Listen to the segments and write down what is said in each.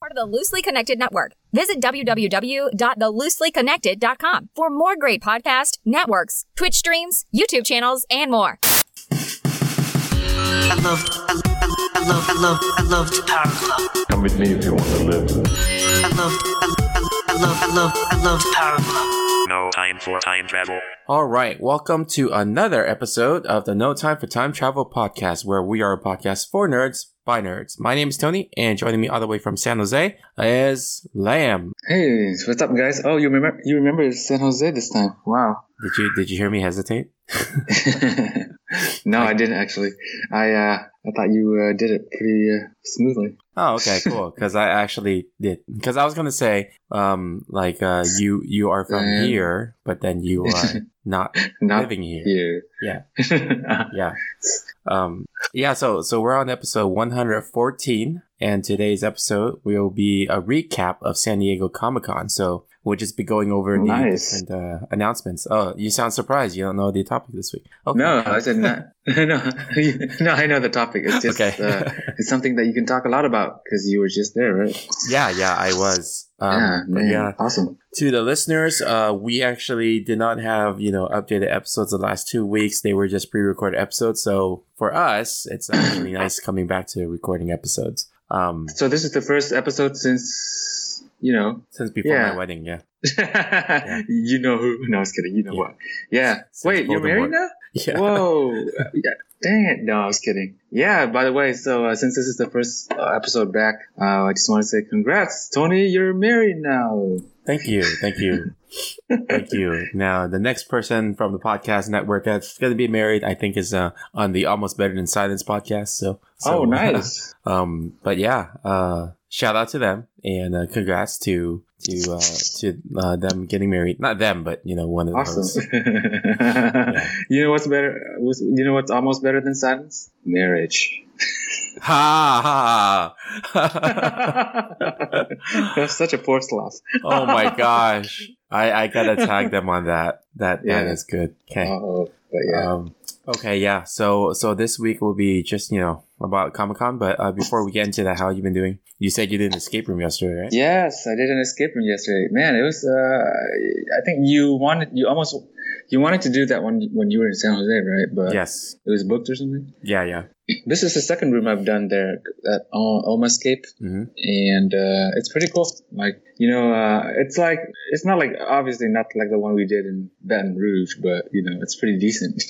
part of the Loosely Connected Network. Visit www.thelooselyconnected.com for more great podcast networks, Twitch streams, YouTube channels, and more. I loved, I, I, I loved, I loved, I loved Power Glove. Come with me if you want to live. I loved, I, I, I loved, I loved, I loved Power Glove. No time for time travel. All right, welcome to another episode of the No Time for Time Travel podcast, where we are a podcast for nerds by nerds. My name is Tony, and joining me all the way from San Jose is Lamb. Hey, what's up, guys? Oh, you remember you remember San Jose this time? Wow. Did you did you hear me hesitate? no, I didn't actually. I uh, I thought you uh, did it pretty uh, smoothly. Oh, okay, cool. Because I actually did. Because I was gonna say, um, like uh, you you are from Lamb. here, but then you are not Not living here. you. Yeah. yeah. Um, yeah. So, so we're on episode 114, and today's episode will be a recap of San Diego Comic Con. So we'll just be going over the Nice. different uh, announcements. Oh, you sound surprised. You don't know the topic this week. Okay. no, I said not. no, no, I know the topic. It's just Okay. uh, it's something that you can talk a lot about because you were just there, right? yeah, yeah, I was. Um, yeah, but man, yeah. awesome. to the listeners, uh, we actually did not have you know updated episodes the last two weeks. They were just pre-recorded episodes. So for us, it's actually nice coming back to recording episodes. Um, So this is the first episode since you know. since before Yeah. my wedding, yeah. You know who? No, I was kidding. You know Yeah. what? Yeah. Since Wait, you're Voldemort. married now? Yeah. Whoa! Yeah, Dang it! No, I was kidding. Yeah. By the way, so uh, since this is the first uh, episode back, uh, I just want to say congrats, Tony. You're married now. Thank you. Thank you. thank you. Now, the next person from the podcast network that's going to be married, I think, is uh, on the Almost Better Than Silence podcast. So, so oh, nice. um, but yeah, uh, shout out to them and uh, congrats to to uh, to uh, them getting married. Not them, but you know, one of those. awesome. You know what's better? What's, you know what's almost better than silence? Marriage. Ha ha! That's such a poor sloth. oh my gosh! I I gotta tag them on that. That that Yeah. is good. Okay. Oh, but yeah. Um, okay, yeah. So so this week will be just you know about Comic Con, but uh, before we get into that, how you been doing? You said you did an escape room yesterday, right? Yes, I did an escape room yesterday. Man, it was. Uh, I think you wanted. You almost. You wanted to do that when when you were in San Jose, right? But Yes. it was booked or something. Yeah. Yeah. This is the second room I've done there at O- Oma Escape, hmm and uh, it's pretty cool. Like you know, uh, it's like it's not like obviously not like the one we did in Baton Rouge, but you know, it's pretty decent.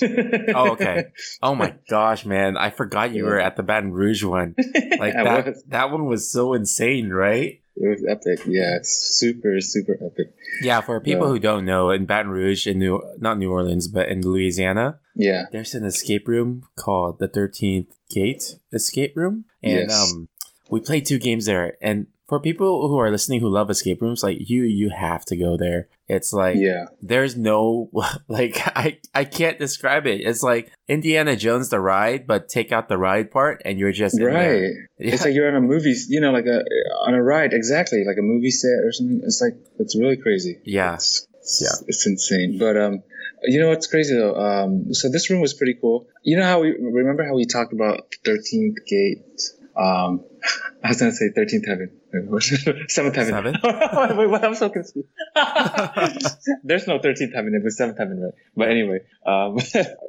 Oh, okay. Oh my gosh, man! I forgot you were at the Baton Rouge one. Like I that. was. That one was so insane, right? It was epic. Yeah, it's super super epic. Yeah. For people Yeah. who don't know, in Baton Rouge, in New not New Orleans, but in Louisiana, Yeah. there's an escape room called the 13th Gate Escape Room. And Yes. um, we played two games there. And for people who are listening who love escape rooms, like you, you have to go there. It's like, Yeah. there's no, like, I, I can't describe it. It's like Indiana Jones the ride, but take out the ride part and you're just in there. Right. Yeah. It's like you're on a movie, you know, like a on a ride, exactly, like a movie set or something. It's like it's really crazy. Yeah. It's, Yeah. It's insane. But um, you know what's crazy though? Um, so this room was pretty cool. You know how we remember how we talked about Thirteenth Gate. Um, I was gonna say Thirteenth Heaven, Seventh Heaven. Seven? Wait, what? I'm so confused. There's no thirteenth heaven. It was seventh heaven, right? But anyway, um,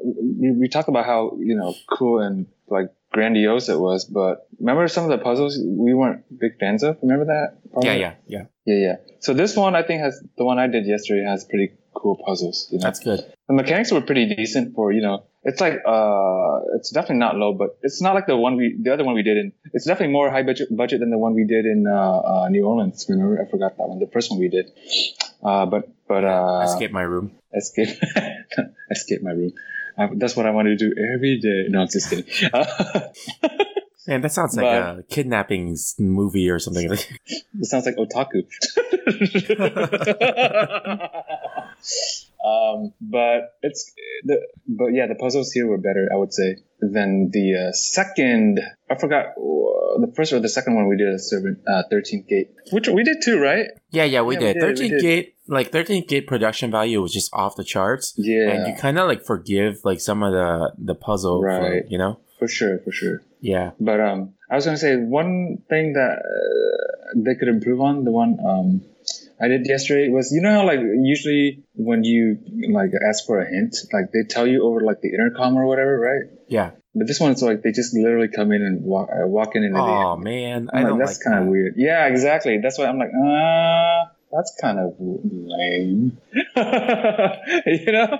we, we talk about how you know cool and like grandiose it was. But remember some of the puzzles we weren't big fans of. Remember that? part? Yeah, yeah, yeah. yeah, yeah. So this one I think has the one I did yesterday has pretty cool puzzles. You know? That's good. the mechanics were pretty decent for you know it's like uh it's definitely not low but it's not like the one we the other one we did in it's definitely more high budget budget than the one we did in uh, uh new orleans remember i forgot that one the first one we did uh but but uh escape my room. escape escape my room I, that's what i want to do every day no i'm just kidding Uh, Man, that sounds like But- a kidnapping s- movie or something. It sounds like otaku. um, but it's the but yeah, the puzzles here were better, I would say, than the uh, second. I forgot uh, the first or the second one we did at Servant uh, Thirteenth Gate, which we did too, right? yeah, yeah, we did. Yeah, we did, we 13th did. Gate, like 13th Gate production value was just off the charts. Yeah, and you kind of like forgive like some of the the puzzle for, Right. you know for sure, for sure. Yeah. But um, I was going to say one thing that uh, they could improve on. The one um, I did yesterday was you know how like usually when you like ask for a hint, like they tell you over like the intercom or whatever, right? Yeah. But this one's like they just literally come in and walk, uh, walk in and then Oh they, man, I'm I like, don't that's like kind of that. weird. Yeah, exactly. That's why I'm like, uh that's kind of lame. you know,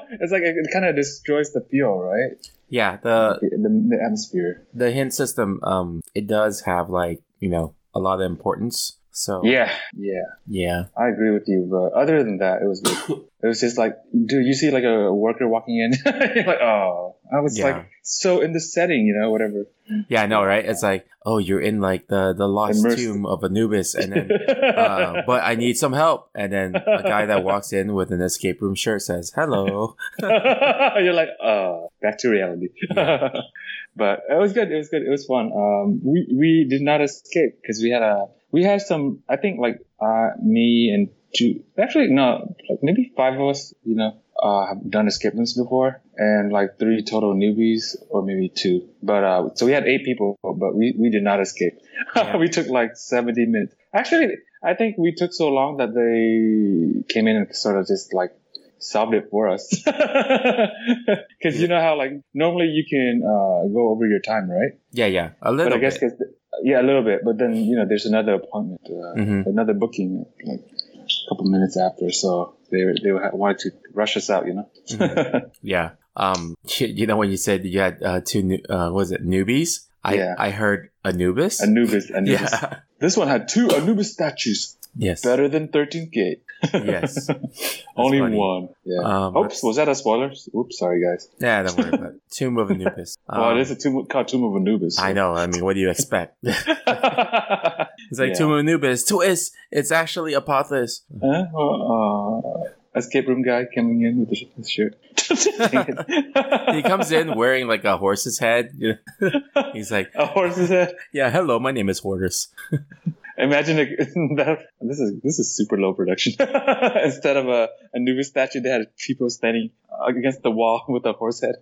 it's like it kind of destroys the feel, right? Yeah, the The, the, the atmosphere. the hint system um it does have like, you know, a lot of importance. So Yeah, yeah. yeah. I agree with you, but other than that, it was good. it was just like, dude, you see like a worker walking in, you're like, oh, I was Yeah. like, so in the setting, you know, whatever. Yeah, I know, right? It's like, oh, you're in like the the lost Immersed. tomb of Anubis and then uh, but I need some help. And then a guy that walks in with an escape room shirt says, "Hello." You're like, uh, back to reality. but it was good. It was good. It was fun. Um, we, we did not escape because we had a, we had some, I think like, uh, me and two, actually, no, like maybe five of us, you know, uh, have done escape rooms before and like three total newbies or maybe two. But, uh, so we had eight people, but we, we did not escape. Yeah. we took like 70 minutes. Actually, I think we took so long that they came in and sort of just like, solved it for us. Because you know how like normally you can uh, go over your time, right? yeah, yeah. A But little I guess bit. 'cause- yeah, a little bit. But then you know there's another appointment, uh, Mhm. another booking, like a couple minutes after. So they they ha- wanted to rush us out, you know. Yeah. Um you, you know when you said you had uh two new, uh was it newbies? I Yeah. I heard Anubis. Anubis, Anubis. Yeah. This one had two Anubis statues, yes. better than 13th Gate. Yes. Only funny. one. Yeah. Um, Oops, was that a spoiler? Oops, sorry guys. Yeah, don't worry about it. Tomb of Anubis. well, Um, it is a tomb called Tomb of Anubis. I know. I mean, what do you expect? it's know. like Yeah. Tomb of Anubis. Twist. It's actually Apophis. Huh? Uh, escape room guy coming in with the sh- shirt. Dang it. He comes in wearing like a horse's head. He's like, A horse's head. "Yeah, hello. My name is Hortus." Imagine a, that. This is this is super low production. Instead of a Anubis statue, they had people standing against the wall with a horse head.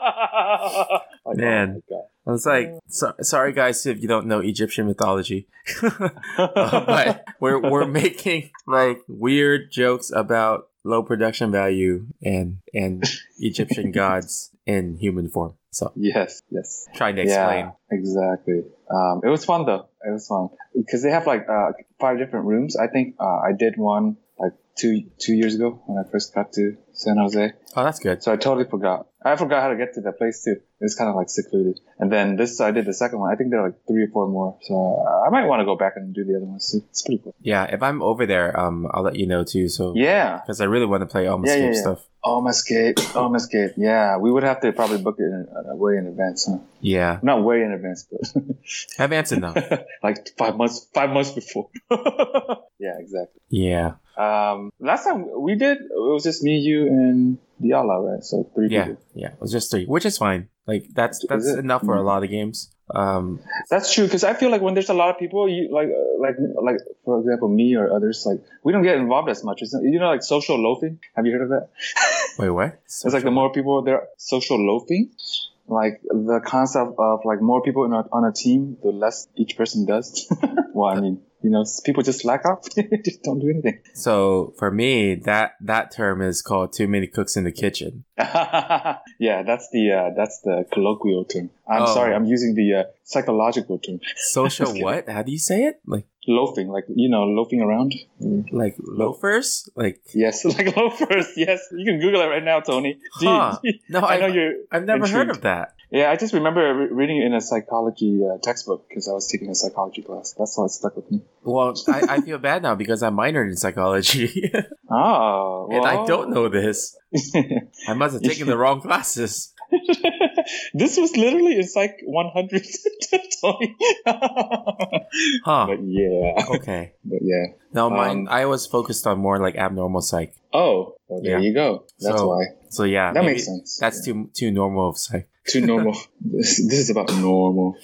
Like, Man. oh I was like, so- "Sorry, guys, if you don't know Egyptian mythology, Uh, but we're we're making like weird jokes about low production value and and Egyptian gods in human form." So yes, yes. trying to explain. Yeah, exactly. Um, it was fun though. It was fun because they have like uh, five different rooms. I think uh, I did one like two two years ago when I first got to San Jose. Oh, that's good. So I totally forgot. I forgot how to get to that place too. It was kind of like secluded. And then this I did the second one. I think there are like three or four more. So uh, I might want to go back and do the other ones too. It's pretty cool. Yeah, if I'm over there, um, I'll let you know too. So Yeah. because I really want to play all my Yeah, escape yeah, yeah. stuff. Oh, my skate. Oh, my skate. Yeah. We would have to probably book it in, uh, way in advance, huh? Yeah, Not way in advance, but have answered enough. like five months, five months before. yeah, exactly. yeah, Um, last time we did, it was just me, you, and Diala, right? So three yeah, people. yeah. It was just three, which is fine. Like that's Is that's it? Mm-hmm. enough for a lot of games. Um, That's true because I feel like when there's a lot of people, you like uh, like like for example me or others, like we don't get involved as much. It's, you know, like social loafing. Have you heard of that? wait, what? It's like the more people there, social loafing. Like the concept of like more people in a, on a team, the less each person does. well, I mean, you know, people just slack off, just don't do anything. So for me, that that term is called too many cooks in the kitchen. yeah, that's the uh, that's the colloquial term. I'm Oh. sorry, I'm using the uh, psychological term. Social what? How do you say it? Like Loafing, like you know, loafing around. like loafers? Like Yes, like loafers. Yes, you can Google it right now, Tony. Do you- Huh. no, I know I you're. I've never heard intrigued. of that. Yeah, I just remember re- reading it in a psychology uh, textbook because I was taking a psychology class. That's why it stuck with me. Well, I, I feel bad now because I minored in psychology Oh, and I well. don't know this. I must have taken the wrong classes. this was literally in Psych 100, Tony. Huh. but yeah, Okay. but yeah. No, mine. Um, I was focused on more like abnormal psych. Oh, well, there Yeah. you go. That's So- why. So yeah, That maybe makes sense. That's too too normal of psych. too normal. this, this is about normal.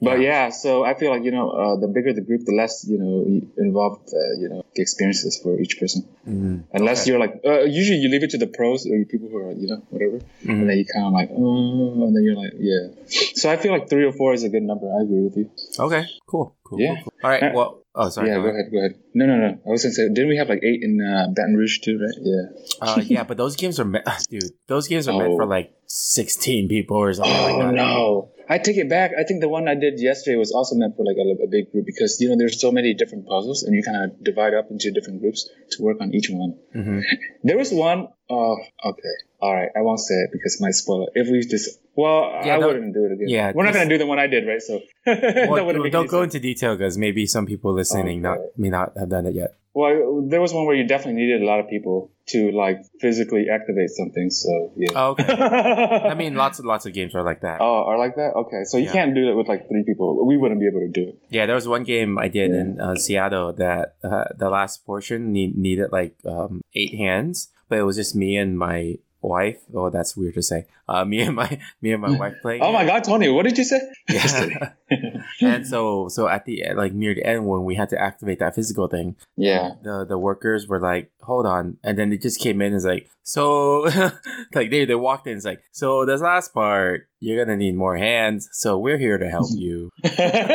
But yeah, so I feel like you know, uh, the bigger the group, the less you know y- involved uh, you know the experiences for each person. Mm-hmm. Unless you're like, uh, usually you leave it to the pros or people who are you know whatever, and then you kind of like, oh, and then you're like, yeah. So I feel like three or four is a good number. I agree with you. Okay. Cool. Cool. Yeah. cool, cool. All right. Uh, Well. Oh, sorry. yeah, go go ahead. ahead, go ahead. No, no, no. I was gonna say, didn't we have like eight in uh, Baton Rouge too, right? Yeah. Uh, yeah, but those games are meant, dude. Those games are meant Oh. for like sixteen people or something like Oh that. no! I take it back. I think the one I did yesterday was also meant for like a, a big group because you know there's so many different puzzles and you kind of divide up into different groups to work on each one. Mhm. There was one. Oh, okay. All right. I won't say it because it might spoil it. If we just, well, Yeah, I don't- wouldn't do it again. yeah, we're not just- gonna do the one I did, right? So Well, that wouldn't make don't any go sense. into detail because maybe some people listening Oh, not may not have done it yet. Well, there was one where you definitely needed a lot of people to like physically activate something. So yeah. Oh, okay. I I mean, lots and lots of games are like that. Oh, are like that? Okay, so you Yeah. can't do that with like three people. We wouldn't be able to do it. Yeah, there was one game I did in uh, Seattle that uh, the last portion need, needed like um, eight hands, but it was just me and my wife. Oh, that's weird to say. Uh, me and my me and my wife playing. Oh my god, Tony, what did you say? Yeah. and so so at the like near the end when we had to activate that physical thing, Yeah. the the workers were like, "Hold on," and then they just came in and was like, "So, like they they walked in, it's like, so this last part, you're gonna need more hands, so we're here to help you."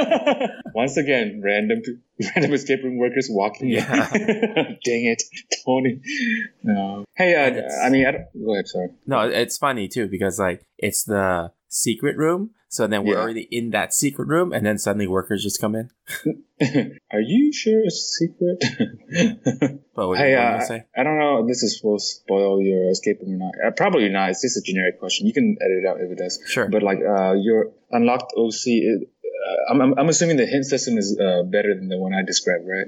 Once again, random random escape room workers walking. in. Yeah. Dang it, Tony. No. Hey, And uh, it's- I mean, I don't, go ahead. Sorry. No, it's funny too because like it's the secret room, so then we're Yeah. already in that secret room, and then suddenly workers just come in. Are you sure it's secret? But what, what hey, were you uh, gonna say? I don't know if this is will spoil your escape room or not. Uh, probably not. It's just a generic question. You can edit it out if it does. Sure. But like uh, your unlocked OC, it, uh, I'm, I'm, I'm assuming the hint system is uh, better than the one I described, right?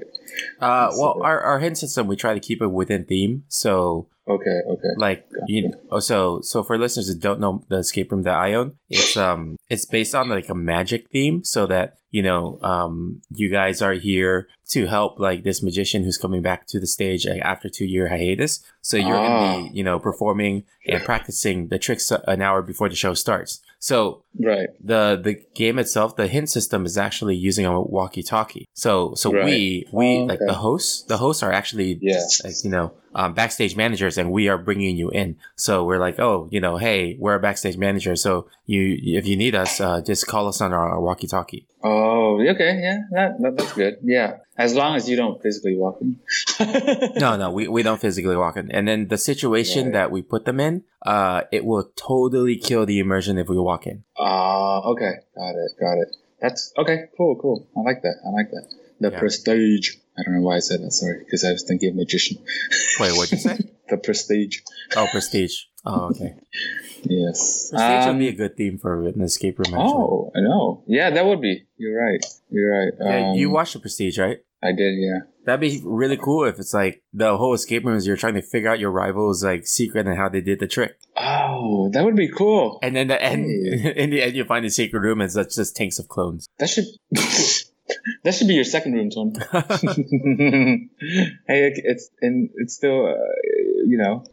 Uh, well, Secret. our our hint system we try to keep it within theme, so Okay, okay. like you oh so so for listeners that don't know the escape room that i own it's um it's based on like a magic theme so that you know um you guys are here to help like this magician who's coming back to the stage like, after two year hiatus so you're gonna Ah. be you know performing and practicing the tricks uh, an hour before the show starts so Right. the the game itself, the hint system is actually using a walkie talkie. So so Right. we we Oh, like okay. the hosts the hosts are actually Yeah. like, you know um, backstage managers and we are bringing you in. So we're like oh you know hey we're a backstage manager so you if you need us uh, just call us on our walkie talkie. Oh, okay. Yeah, that, that, that's good. Yeah. As long as you don't physically walk in. No no we, we don't physically walk in. And then the situation Right. that we put them in uh, it will totally kill the immersion if we walk in. Ah, okay. Got it. Got it. That's okay. Cool. Cool. I like that. I like that. The Yeah. prestige. I don't know why I said that. Sorry, because I was thinking of magician. Wait what'd you say? The prestige. oh prestige. Oh Um, okay. Yes. Prestige Um, would be a good theme for an escape room. Actually. oh, I know. Yeah, that would be. You're right. You're right. Yeah, you Um, watched the Prestige, right? I did. Yeah. That'd be really cool if it's like the whole escape room is you're trying to figure out your rival's like secret and how they did the trick, Oh, that would be cool. and then the end. Hey. In the end, you find a secret room and it's just tanks of clones. That should. That should be your second room, Tony. hey, it- it's and it's still, uh, you know,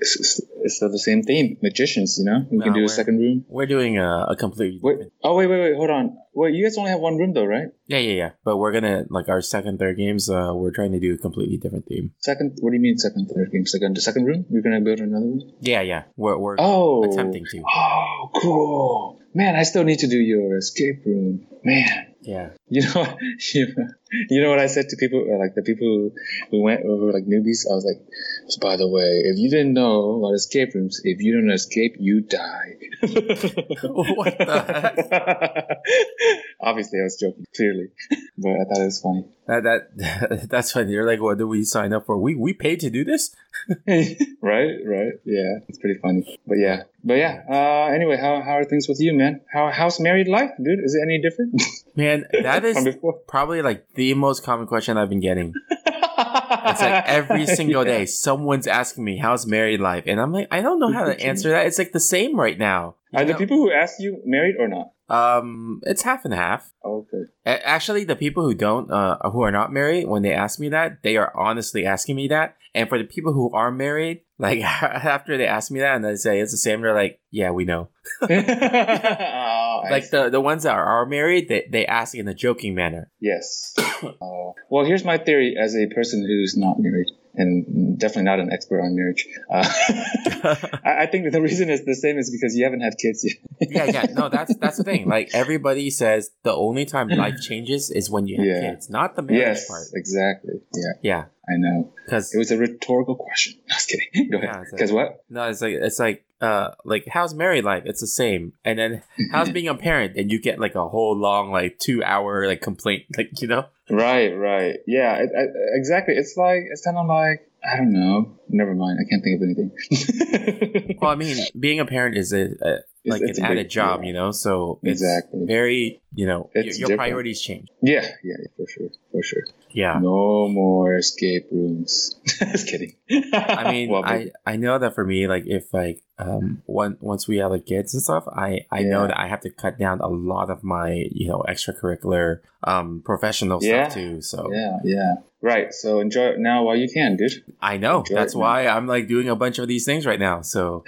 it's, it's- it's still the same theme. Magicians, you know, you Nah, can do we're- a second room. We're doing a, a completely Wait, different- oh wait, wait, wait, hold on. Wait, you guys only have one room though, right? yeah, yeah, yeah. But we're gonna like our second, third games. Uh, we're trying to do a completely different theme. Second, what do you mean second, third game? Second, second room? You're gonna build another room? Yeah, yeah. We're we're Oh, attempting to. Oh, cool, man! I still need to do your escape room, man. Yeah, You know, you, you know what I said to people, uh, like the people who went, who were like newbies. I was like, by the way, if you didn't know about escape rooms, if you don't escape, you die. What the Obviously, I was joking, clearly, but I thought it was funny. that that that's funny. You're like, what do we sign up for? We we paid to do this. right, right, yeah, it's pretty funny. But yeah, but yeah. Uh, anyway, how how are things with you, man? How how's married life, dude? Is it any different Man, that from is before? probably like the most common question I've been getting. It's like every single day someone's asking me how's married life, and I'm like, I don't know how to answer that. It's like the same right now. You Are the know? people who ask you married or not? Um, it's half and half. Okay. A- Actually, the people who don't, uh, who are not married, when they ask me that, they are honestly asking me that. And for the people who are married, like after they ask me that and I say it's the same, they're like, yeah, we know. oh, I like the the ones that are married, they they ask in a joking manner. Yes. uh, well, here's my theory as a person who's not married and definitely not an expert on marriage. Uh, I, I think that the reason is the same is because you haven't had kids yet. Yeah, yeah. No, that's that's the thing. Like everybody says, the only time life changes is when you have Yeah. kids, not the marriage yes, part. exactly. Yeah, Yeah, I know. because It was a rhetorical question. No, I was kidding. Go Yeah, ahead. it's a- Because what? no, it's like it's like uh like how's married life? It's the same, and then how's being a parent? And you get like a whole long like two hour like complaint, like you know. Right, right. Yeah, it, I, exactly. It's like, it's kind of like, I don't know. Never mind. I can't think of anything. Well, I mean, being a parent is a, a It's- like it's a an big added job, deal. you know. So it's Exactly. very you know your- It's your different. priorities change. Yeah, yeah, yeah, for sure, for sure. Yeah. No more escape rooms. Just kidding. I mean, I, I know that for me, like if like um one, once we have like kids and stuff, I I know Yeah. that I have to cut down a lot of my you know extracurricular um professional Yeah. stuff too. So yeah, yeah. Right. So enjoy it now while you can, dude. I know Enjoy that's it, man. why I'm like doing a bunch of these things right now. So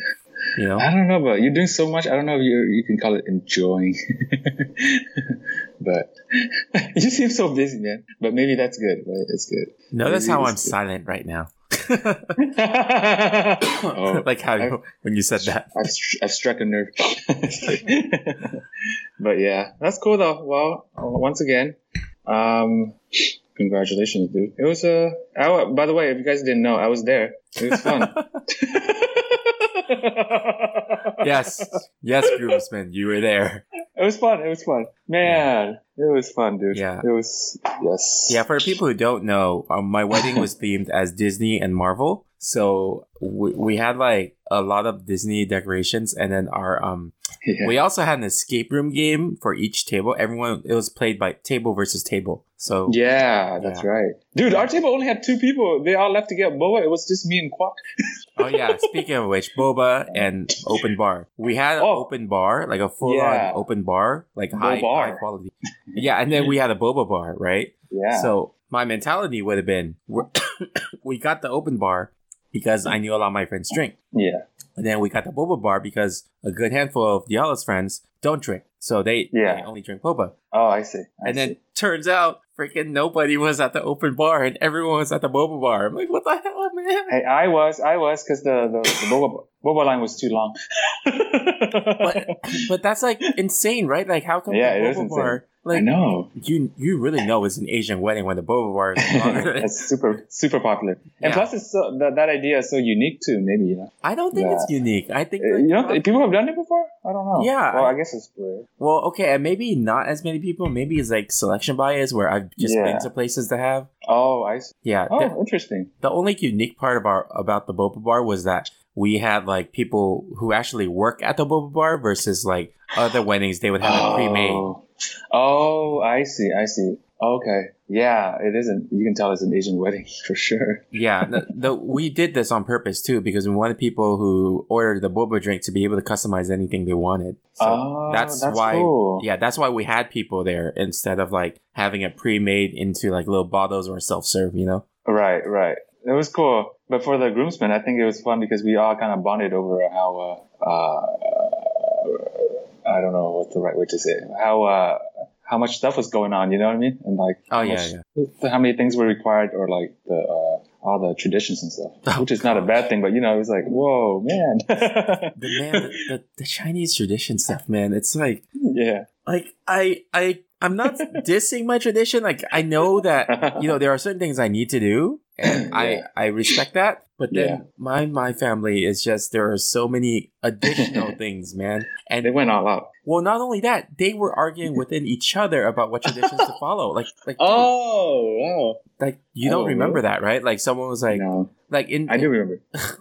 you know, I don't know, but you're doing so much. I don't know if you you can call it enjoying. but you seem so busy, man. But maybe that's good. Right? It's good. notice Maybe how it's I'm good. silent right now. oh, like how you, when you said that. I've, str- I've struck a nerve. but yeah, that's cool though. Well, uh, once again, um, congratulations, dude. It was a. I wa- by the way, if you guys didn't know, I was there. It was fun. Yes, yes, groomsman, you were there. It was fun. It was fun. Man, it was fun, dude. Yeah. It was. Yes. Yeah, for people who don't know, um, my wedding was themed as Disney and Marvel. So we, we had like a lot of Disney decorations, and then our um, Yeah. we also had an escape room game for each table. Everyone it was played by table versus table. So Yeah, that's Yeah. right. Dude, our table only had two people. They all left to get boa. It was just me and Quack. oh yeah, speaking of which, boba and open bar. We had an Oh. open bar, like a full Yeah. on open bar, like high, bar. high quality. Yeah, and then we had a boba bar, right? Yeah. So my mentality would have been, we're- we got the open bar because I knew a lot of my friends drink. yeah. And then we got the boba bar because a good handful of Diallo's friends don't drink. So they, Yeah. they only drink boba. Oh, I see. I and see. then turns out freaking nobody was at the open bar and everyone was at the boba bar. I'm like, what the hell, man? Hey, I was, I was, because the, the, the boba, boba line was too long. But, but that's like insane, right? Like how come Yeah, the it is boba insane. bar I like know. you you really know it's an Asian wedding when the boba bar is longer than That's super, super popular. Yeah. And plus, it's so, that, that idea is so unique too, maybe, you know. I don't think it's Yeah. unique. I think Uh, like, You know, people have done it before? I don't know. Yeah. Well, I guess it's rare. Well, okay, and maybe not as many people. Maybe it's like selection bias where I've just Yeah. been to places that have. Oh, I see. Yeah. Oh, The, interesting. the only unique part about about the boba bar was that we had like people who actually work at the boba bar versus like other weddings they would have it pre-made. Oh. oh, I see. I see. Okay. Yeah, it isn't. You can tell it's an Asian wedding for sure. Yeah, the, the, we did this on purpose too because we wanted people who ordered the boba drink to be able to customize anything they wanted. So oh, that's, why. cool. Yeah, that's why we had people there instead of like having it pre-made into like little bottles or self-serve. You know. Right, right. It was cool. But for the groomsmen, I think it was fun because we all kind of bonded over how, uh, uh, I don't know what's the right way to say it, how, uh, how much stuff was going on, you know what I mean? And like, Oh, how yeah, much- how many things were required or like the, uh, all the traditions and stuff, Oh, which is not a bad thing, but you know, it was like, whoa, man. the man the, the, the chinese tradition stuff man it's like yeah. like i i i'm not dissing my tradition like i know that you know there are certain things i need to do and i Yeah. i respect that but then Yeah. my my family is just there are so many additional things man They and went all out. well not only that they were arguing within each other about what traditions to follow like like Oh, wow. like you don't Oh, remember really? that right like someone was like no, like in I do remember.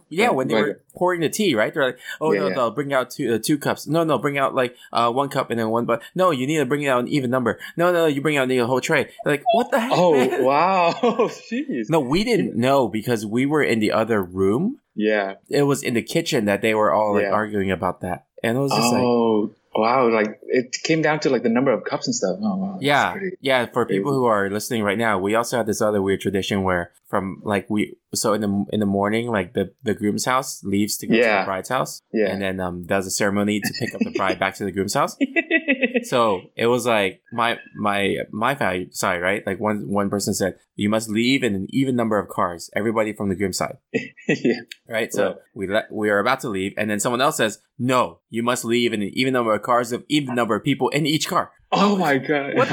yeah, when they Like- were pouring the tea, right? They're like, "Oh Yeah, no, yeah. no, bring out two uh, two cups. No, no, bring out like uh, one cup and then one. But no, you need to bring out an even number. No, no, you bring out the whole tray. Like what the heck? Oh, man? wow. Jeez. No, we didn't know because we were in the other room. Yeah. It was in the kitchen that they were all like Yeah. arguing about that, and it was just like. oh wow! Like it came down to like the number of cups and stuff. Oh wow! that's Yeah, pretty- yeah. For people crazy. who are listening right now, we also had this other weird tradition where, from like we, so in the in the morning, like the the groom's house leaves to go to Yeah. the bride's house, Yeah. and then um does a ceremony to pick up the bride back to the groom's house. So it was like my my my value side, right? Like one one person said, you must leave in an even number of cars, everybody from the groom's side, yeah. right? So Right. we let we are about to leave, and then someone else says, no, you must leave in an even number of cars of even number of people in each car. Oh my god. What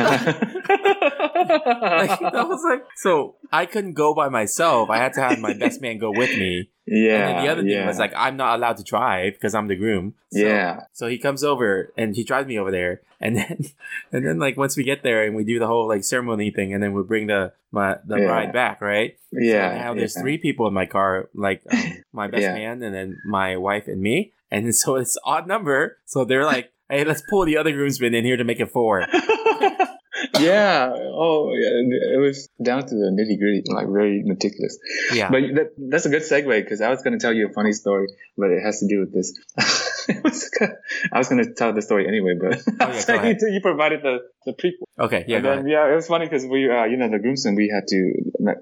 Like, that was like so I couldn't go by myself. I had to have my best man go with me. yeah. and then the other yeah. thing was like, I'm not allowed to drive because I'm the groom. So, yeah. So he comes over and he drives me over there, and then, and then like once we get there and we do the whole like ceremony thing, and then we bring the my the Yeah. bride back, right? Yeah. So now yeah. there's three people in my car, like um, my best Yeah. man, and then my wife and me, and so it's odd number. So they're like, hey, let's pull the other groomsmen in here to make it four. yeah. Oh, yeah. it was down to the nitty gritty, like very meticulous. Yeah. But that, that's a good segue because I was going to tell you a funny story, but it has to do with this. It was gonna- I was going to tell the story anyway, but Oh, yeah, go ahead. you, you provided the, the prequel. Okay. Yeah. And go then, ahead. yeah, it was funny because we, uh, you know, the groomsmen, we had to,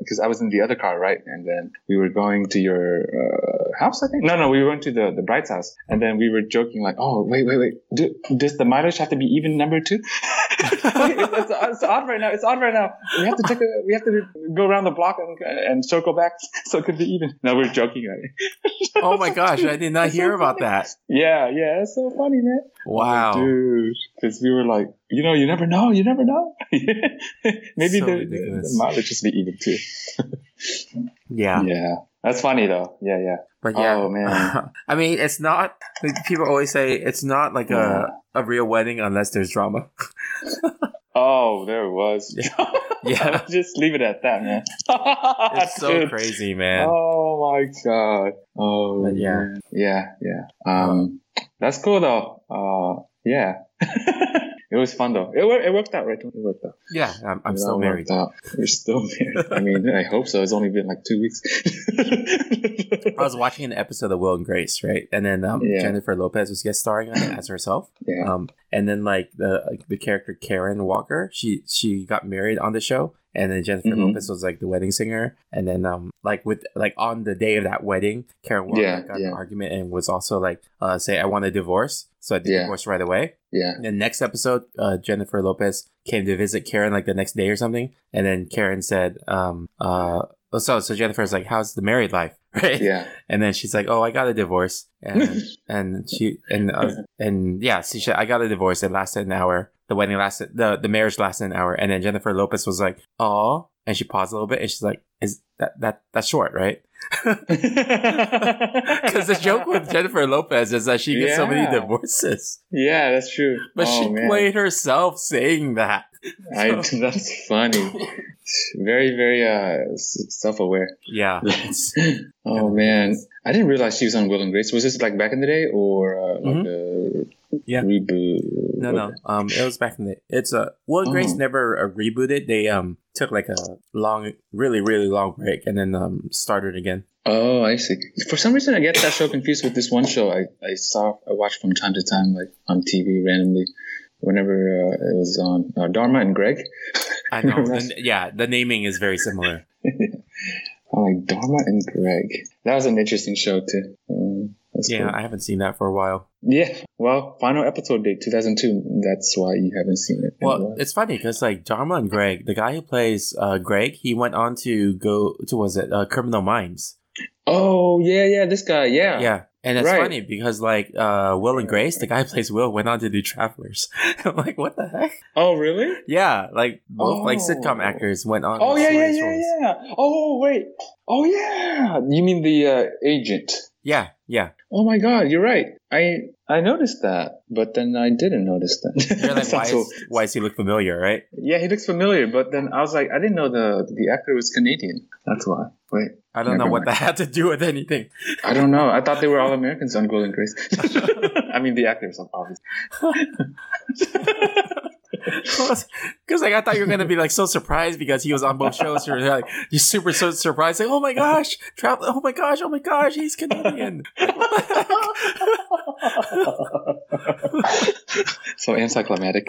because I was in the other car, right? And then we were going to your uh, house, I think. No, no, we went to the, the bride's house. And then we were joking, like, oh, wait, wait, wait. Do, does the mileage have to be even number two? it's, it's, it's odd right now. It's odd right now. We have to take a, we have to go around the block and, and circle back so it could be even. No, we're joking, right? Oh my gosh, I did not It's so hear about funny. that. Yeah, yeah, it's so funny, man. Wow. Dude, because we were like, you know, you never know, you never know. Maybe So the, the, ridiculous. the mileage just be even too. Yeah. Yeah, that's funny though. Yeah, yeah. But yeah, Oh, man. I mean, it's not. like, people always say it's not like Yeah. a a real wedding unless there's drama. Oh, there it was. Yeah, just leave it at that, man. it's so Dude. crazy, man. Oh my god. Oh But yeah. man. yeah, yeah. Um, that's cool though. Uh, yeah. it was fun though. It, wor- it worked out, right? It worked out. Yeah, I'm, I'm It still all married. worked out. You're still married. I mean, I hope so. It's only been like two weeks. I was watching an episode of Will and Grace, right? And then um, Yeah. Jennifer Lopez was guest starring on it as herself. yeah. Um, and then like the like, the character Karen Walker, she she got married on the show, and then Jennifer Mhm. Lopez was like the wedding singer, and then um like with like on the day of that wedding, Karen Walker Yeah, got yeah. an argument and was also like uh say I want a divorce, so I did Yeah. divorce right away. Yeah. And the next episode, uh, Jennifer Lopez came to visit Karen like the next day or something, and then Karen said um uh oh, so so Jennifer's like how's the married life right Yeah. and then she's like, "Oh, I got a divorce," and and she and uh, and yeah, she said, "I got a divorce. It lasted an hour. The wedding lasted the the marriage lasted an hour." And then Jennifer Lopez was like, "Oh," and she paused a little bit, and she's like, "Is that that that's short, right?" Because the joke with Jennifer Lopez is that she gets so many Yeah. divorces, Yeah, that's true. but Oh, she man. played herself saying that. I, that's funny. Very, very uh, s- self-aware. Yeah, it's- Oh man, I didn't realize she was on Will and Grace. Was this like back in the day or uh, like a Mm-hmm. Yeah. reboot? No, no. Um, it was back in the. It's a well, Grace Oh. never uh, rebooted. They um took like a long, really, really long break, and then um started again. Oh, I see. For some reason, I get that show confused with this one show I, I saw I watched from time to time, like on TV randomly, whenever uh, it was on uh, Dharma and Greg. I know. Right. the, yeah, the naming is very similar. I'm like Dharma and Greg. That was an interesting show too. Um, that's Yeah, cool. I haven't seen that for a while. Yeah, well, final episode date 2002. That's why you haven't seen it. in a Well, while. it's funny because like Dharma and Greg, the guy who plays uh, Greg, he went on to go to was it uh, Criminal Minds? oh yeah, yeah, this guy, yeah, Yeah. And it's Right. funny because like uh, Will and Grace, the guy who plays Will, went on to do Travelers. I'm like, what the heck? Oh really? Yeah, like both like Oh. sitcom actors went on. Oh to yeah, yeah, serious yeah, roles. yeah. Oh wait, oh yeah. You mean the uh, agent? yeah, yeah. Oh my God, you're right. I I noticed that, but then I didn't notice that. You're like, So- why, is, why does he look familiar, right? yeah, he looks familiar, but then I was like, I didn't know the the actor was Canadian. That's why. Wait, I don't know Never what that had to do with anything. I don't know. I thought they were all Americans on Golden Grace. I mean, the actors, obviously. Because like I thought you were gonna be like so surprised because he was on both shows. You're like you're super so surprised. Like oh my gosh, travel. Oh my gosh, oh my gosh, he's Canadian. Like, what the heck? so anticlimactic.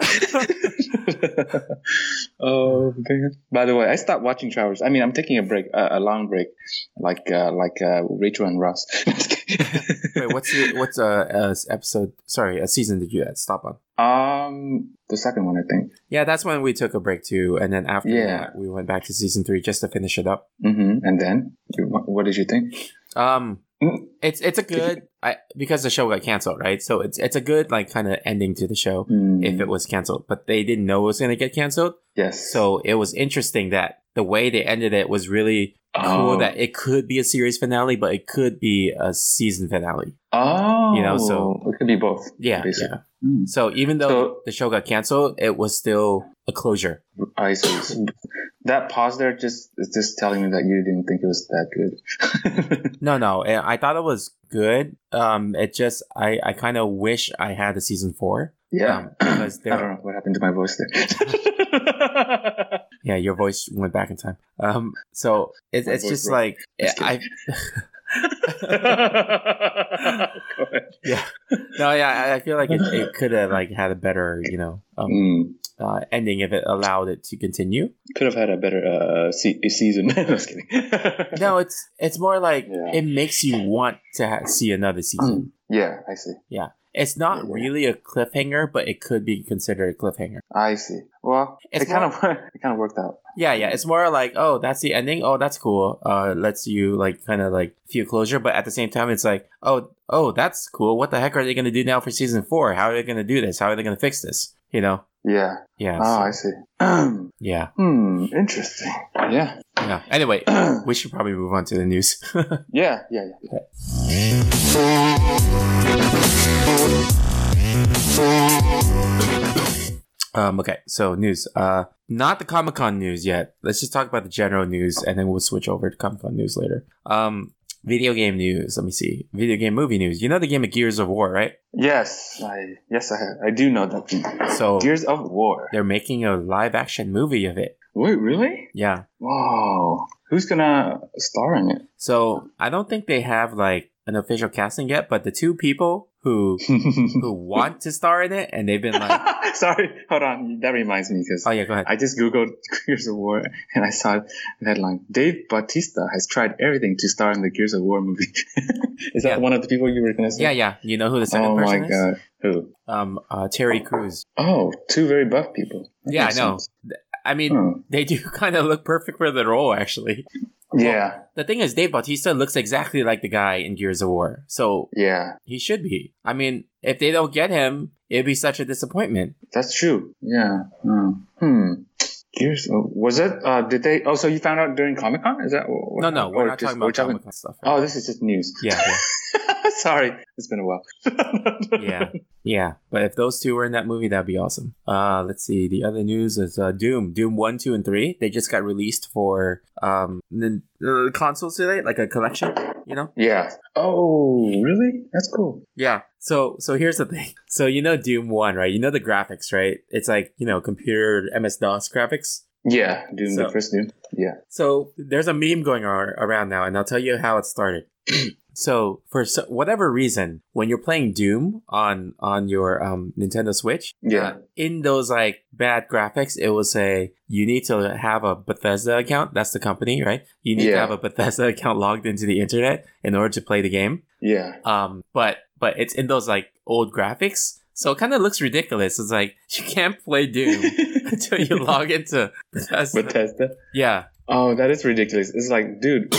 oh man! By the way, I stopped watching Travers. I mean, I'm taking a break, uh, a long break, like uh, like uh, Rachel and Ross. Wait, what's your, what's uh, uh episode? Sorry, a season did you stop on? um, the second one, I think. Yeah, that's when we took a break too, and then after Yeah. that we went back to season three just to finish it up. hmm And then, what, what did you think? Um, Mm. it's it's a good I, because the show got canceled, right? So it's it's a good like kind of ending to the show Mm, if it was canceled, but they didn't know it was gonna get canceled. yes. So it was interesting that the way they ended it was really cool. Oh. That it could be a series finale, but it could be a season finale. oh, you know, so- it could be both. Yeah, Basically. yeah. Mm. So even though So- the show got canceled, it was still a closure. I see. that pause there just is just telling me that you didn't think it was that good. No, no, eh, I I thought it was good. Um, it just I I kind of wish I had a season four. yeah. Um, because I don't there, know what happened to my voice there. yeah, your voice went back in time. Um, so it's My it's voice just broke. like Just I Go ahead. yeah no yeah I- I feel like it, it could have like had a better you know um, Mm, uh, ending if it allowed it to continue. could have had a better uh, se- season. I was kidding. No, it's it's more like Yeah. it makes you want to ha- see another season. Yeah, I see. It's not Yeah. really a cliffhanger, but it could be considered a cliffhanger. I see. Well, It's it kind of it kind of worked out. Yeah, yeah. It's more like, oh, that's the ending. Oh, that's cool. Uh, lets you like kind of like feel closure, but at the same time, it's like, oh, oh, that's cool. What the heck are they gonna do now for season four? How are they gonna do this? How are they gonna fix this? You know? Yeah. Yeah. Oh, so- I see. yeah. hmm. Interesting. Yeah. Yeah. Anyway, yeah. we should probably move on to the news. Yeah. Yeah. Um, okay, so news. Uh, not the Comic Con news yet. Let's just talk about the general news, and then we'll switch over to Comic Con news later. Um, video game news. Let me see. Video game movie news. You know the game of Gears of War, right? Yes. I. Yes. I. Have. I do know that. Thing. So Gears of War. they're making a live action movie of it. Wait. Really? Yeah. Wow. Who's gonna star in it? So I don't think they have like an official casting yet, but the two people who who want to star in it, and they've been like, Sorry, hold on. That reminds me because oh yeah, go ahead. I just googled Gears of War and I saw the headline: Dave Bautista has tried everything to star in the Gears of War movie. is Yeah. that one of the people you were gonna say? Yeah, yeah. You know who the second Oh my person is? god. Who? Um, uh, Terry Crews. Oh, two very buff people. That Yeah, I makes know. sense. I mean, Hmm. they do kind of look perfect for the role, actually. Yeah, The thing is, Dave Bautista looks exactly like the guy in Gears of War, so yeah, he should be. I mean, if they don't get him, it'd be such a disappointment. that's true. Yeah. Hmm. Hmm. Gears. Of, was it? Uh, did they? Oh, so you found out during Comic Con? Is that? No, no, we're or not just- talking we're about Comic Con stuff. Oh, this is just news. yeah, Sorry, it's been a while. yeah, yeah, yeah. But if those two were in that movie, that'd be awesome. Uh, let's see. The other news is uh, Doom, Doom One, Two, and Three. They just got released for um the uh, consoles today, like a collection. You know. Yeah. Oh, really? That's cool. Yeah. So so here's the thing. So you know Doom One, right? You know the graphics, right? It's like you know computer MS DOS graphics. Yeah, Doom, So- the first Doom. Yeah. So there's a meme going ar- around now, and I'll tell you how it started. so for so- whatever reason, when you're playing Doom on on your um, Nintendo Switch, Yeah. in those like bad graphics, it will say you need to have a Bethesda account. That's the company, right? You need to Yeah. have a Bethesda account logged into the internet in order to play the game. Yeah. Um, but but it's in those like old graphics, so it kind of looks ridiculous. It's like you can't play Doom until you log into Bethesda. Bethesda. yeah. Oh, that is ridiculous. It's like, dude,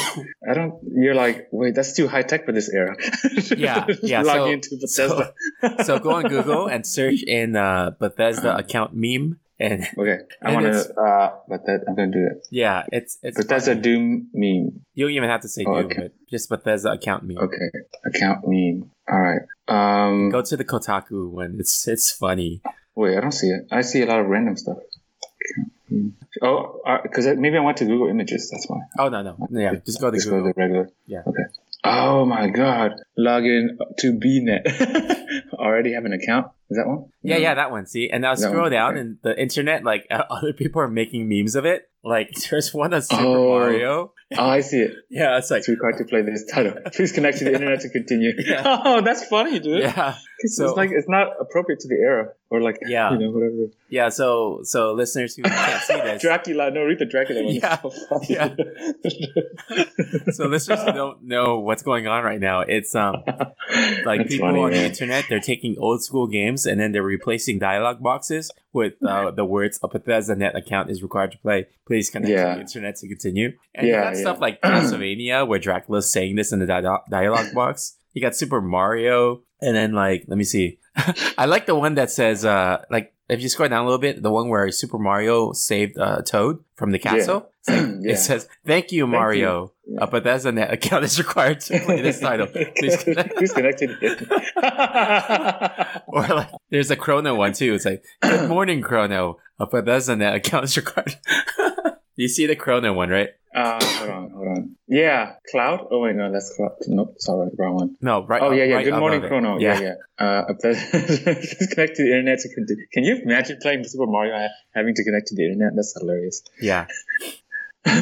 I don't. You're like, wait, that's too high tech for this era. Yeah, yeah, Log so- into Bethesda. So go on Google and search in uh, Bethesda account meme, and okay, I And want to. it's- Uh, but that I'm gonna do it. yeah, it's it's Bethesda Doom meme. You don't even have to say Oh, Doom, okay. but just Bethesda account meme. Okay, account meme. All right. Um, Go to the Kotaku one. It's it's funny. wait, I don't see it. I see a lot of random stuff. Oh, because maybe I went to Google Images. That's why. Oh no no yeah, just go to Just go to Google. the regular. Yeah. Okay. Oh my god. Log in to BNet. Already have an account? Is that one? Yeah, yeah, that one. See, and now That scroll one, down, okay. and the internet, like uh, other people are making memes of it. Like there's one of Super Oh. Mario. Oh, I see it. Yeah, it's like It's required to play this title. Please connect to the internet to continue. Yeah. Oh, that's funny, dude. yeah, so- it's like it's not appropriate to the era or like Yeah. you know whatever. yeah. So, so listeners who can't see this, Dracula, no, read the Dracula one. Yeah. Yeah. so listeners who don't know what's going on right now, it's um like That's people funny, on the man. internet, they're taking old school games and then they're replacing dialogue boxes with uh, the words "a Bethesda net account is required to play. Please connect to Yeah. the internet to continue." And you Yeah, got stuff yeah. like Castlevania where Dracula's saying this in the dia- dialogue box. You got Super Mario, and then like let me see. I like the one that says uh like if you scroll down a little bit, the one where Super Mario saved uh, Toad from the castle. It's like, Yeah. It says, "Thank you, Thank Mario." you. Uh, but that's a net account is required to play this title. Please connect. Who's connected? Or like, there's a Chrono one too. It's like, "Good morning, Chrono." Uh, but that's a net account is required. you see the Chrono one, right? uh, hold on, hold on. Yeah, Cloud. Oh wait, no, that's Cloud. Nope, sorry, wrong one. No, right. Oh yeah, yeah. right Good above morning, it. Chrono. Yeah, yeah. Uh, a pleasure- Please connect to the internet to continue. Can you imagine playing Super Mario and having to connect to the internet? That's hilarious. yeah,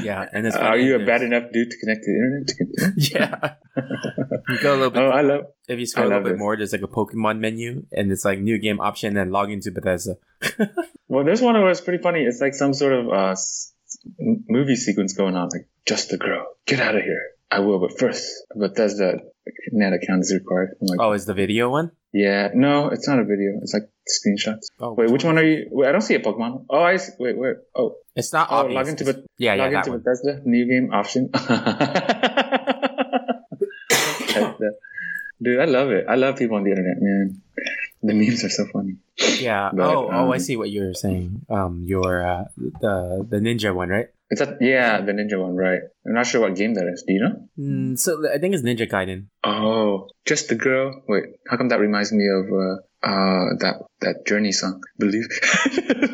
yeah. And it's Uh, funny are you a that bad there's- enough dude to connect to the internet to continue? Yeah. you go a little bit. Oh, I love. if you scroll I a little love bit this. more, there's like a Pokemon menu, and it's like new game option, and log into Bethesda. Well, there's one where it's pretty funny. It's like some sort of uh, s- m- movie sequence going on. Like, just the girl. Get out of here. I will, but first, Bethesda net account is required. I'm like, Oh, is the video one? yeah, no, it's not a video. It's like screenshots. Oh, Wait, which one are you? Wait, I don't see a Pokemon. Oh, I see. Wait, where? Oh, It's not oh, obvious. log into It's- Beth- yeah, yeah, log that into one. Bethesda new game option. Bethesda. Dude, I love it. I love people on the internet, man. The memes are so funny. Yeah. But, oh, oh, I um, see what you're saying. Um, your uh, the the ninja one, right? It's a, yeah, the ninja one, right? I'm not sure what game that is. Do you know? Mm, so I think it's Ninja Gaiden. Oh, just the girl. Wait, how come that reminds me of uh, uh that that Journey song? Believe.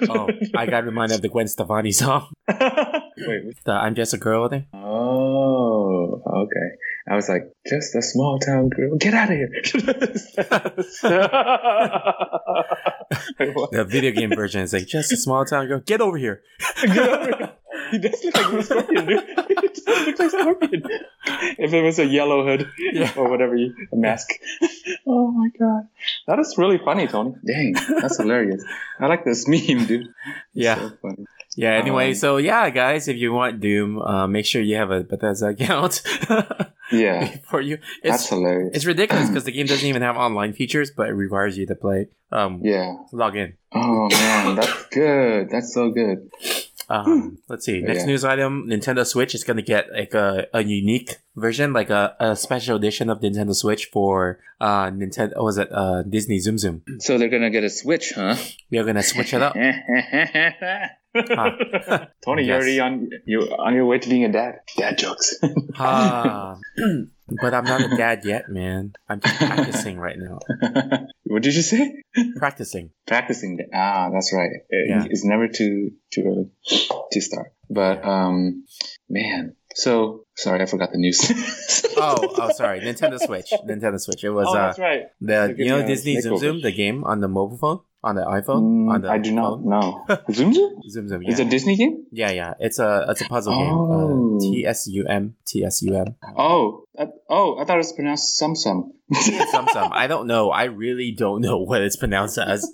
Oh, I got reminded of the Gwen Stefani song. Wait. The I'm just a girl thing. Oh, okay. I was like, just a small town girl. Get out of here. Wait, what? The video game version is like just a small town girl. Get over here. Get over here. He does look like a scorpion, dude. He does look like scorpion. If it was a yellow hood Yeah. or whatever, you, a mask. Oh my god, that is really funny, Tony. Dang, that's hilarious. I like this meme, dude. Yeah. So funny. Yeah. Anyway, Um, so yeah, guys, if you want Doom, uh, make sure you have a Bethesda account Yeah, for you. that's It's hilarious. it's ridiculous because the game doesn't even have online features, but it requires you to play. Um, Yeah. log in. Oh man, that's good. That's so good. Um, let's see. Next Hmm. Yeah. news item: Nintendo Switch is gonna get like a, a unique version, like a, a special edition of Nintendo Switch for uh Nintendo. what Was it uh Disney Zoom Zoom? So they're gonna get a switch, huh? We are gonna switch it up. Huh. Tony, Yes. you're already on you on your way to being a dad. Dad jokes. Ah, but I'm not a dad yet, man. I'm just practicing right now. what did you say? Practicing. Practicing. the- Ah, that's right. It- Yeah. It's never too too early to start. But um, man. So sorry, I forgot the news. Oh, oh, sorry. Nintendo Switch. Nintendo Switch. It was Oh, uh that's right. the Look you at know the Disney Zoom makeover. Zoom, the game on the mobile phone, on the iPhone, Mm, on the I do not phone? know. Zoom Zoom? Zoom Zoom. It's Yeah. a Disney game? Yeah, yeah. It's a it's a puzzle Oh. game. Uh, T S U M T S U M. Oh, I, oh, I thought it was pronounced Sum Sum. Some some. I don't know. I really don't know what it's pronounced as.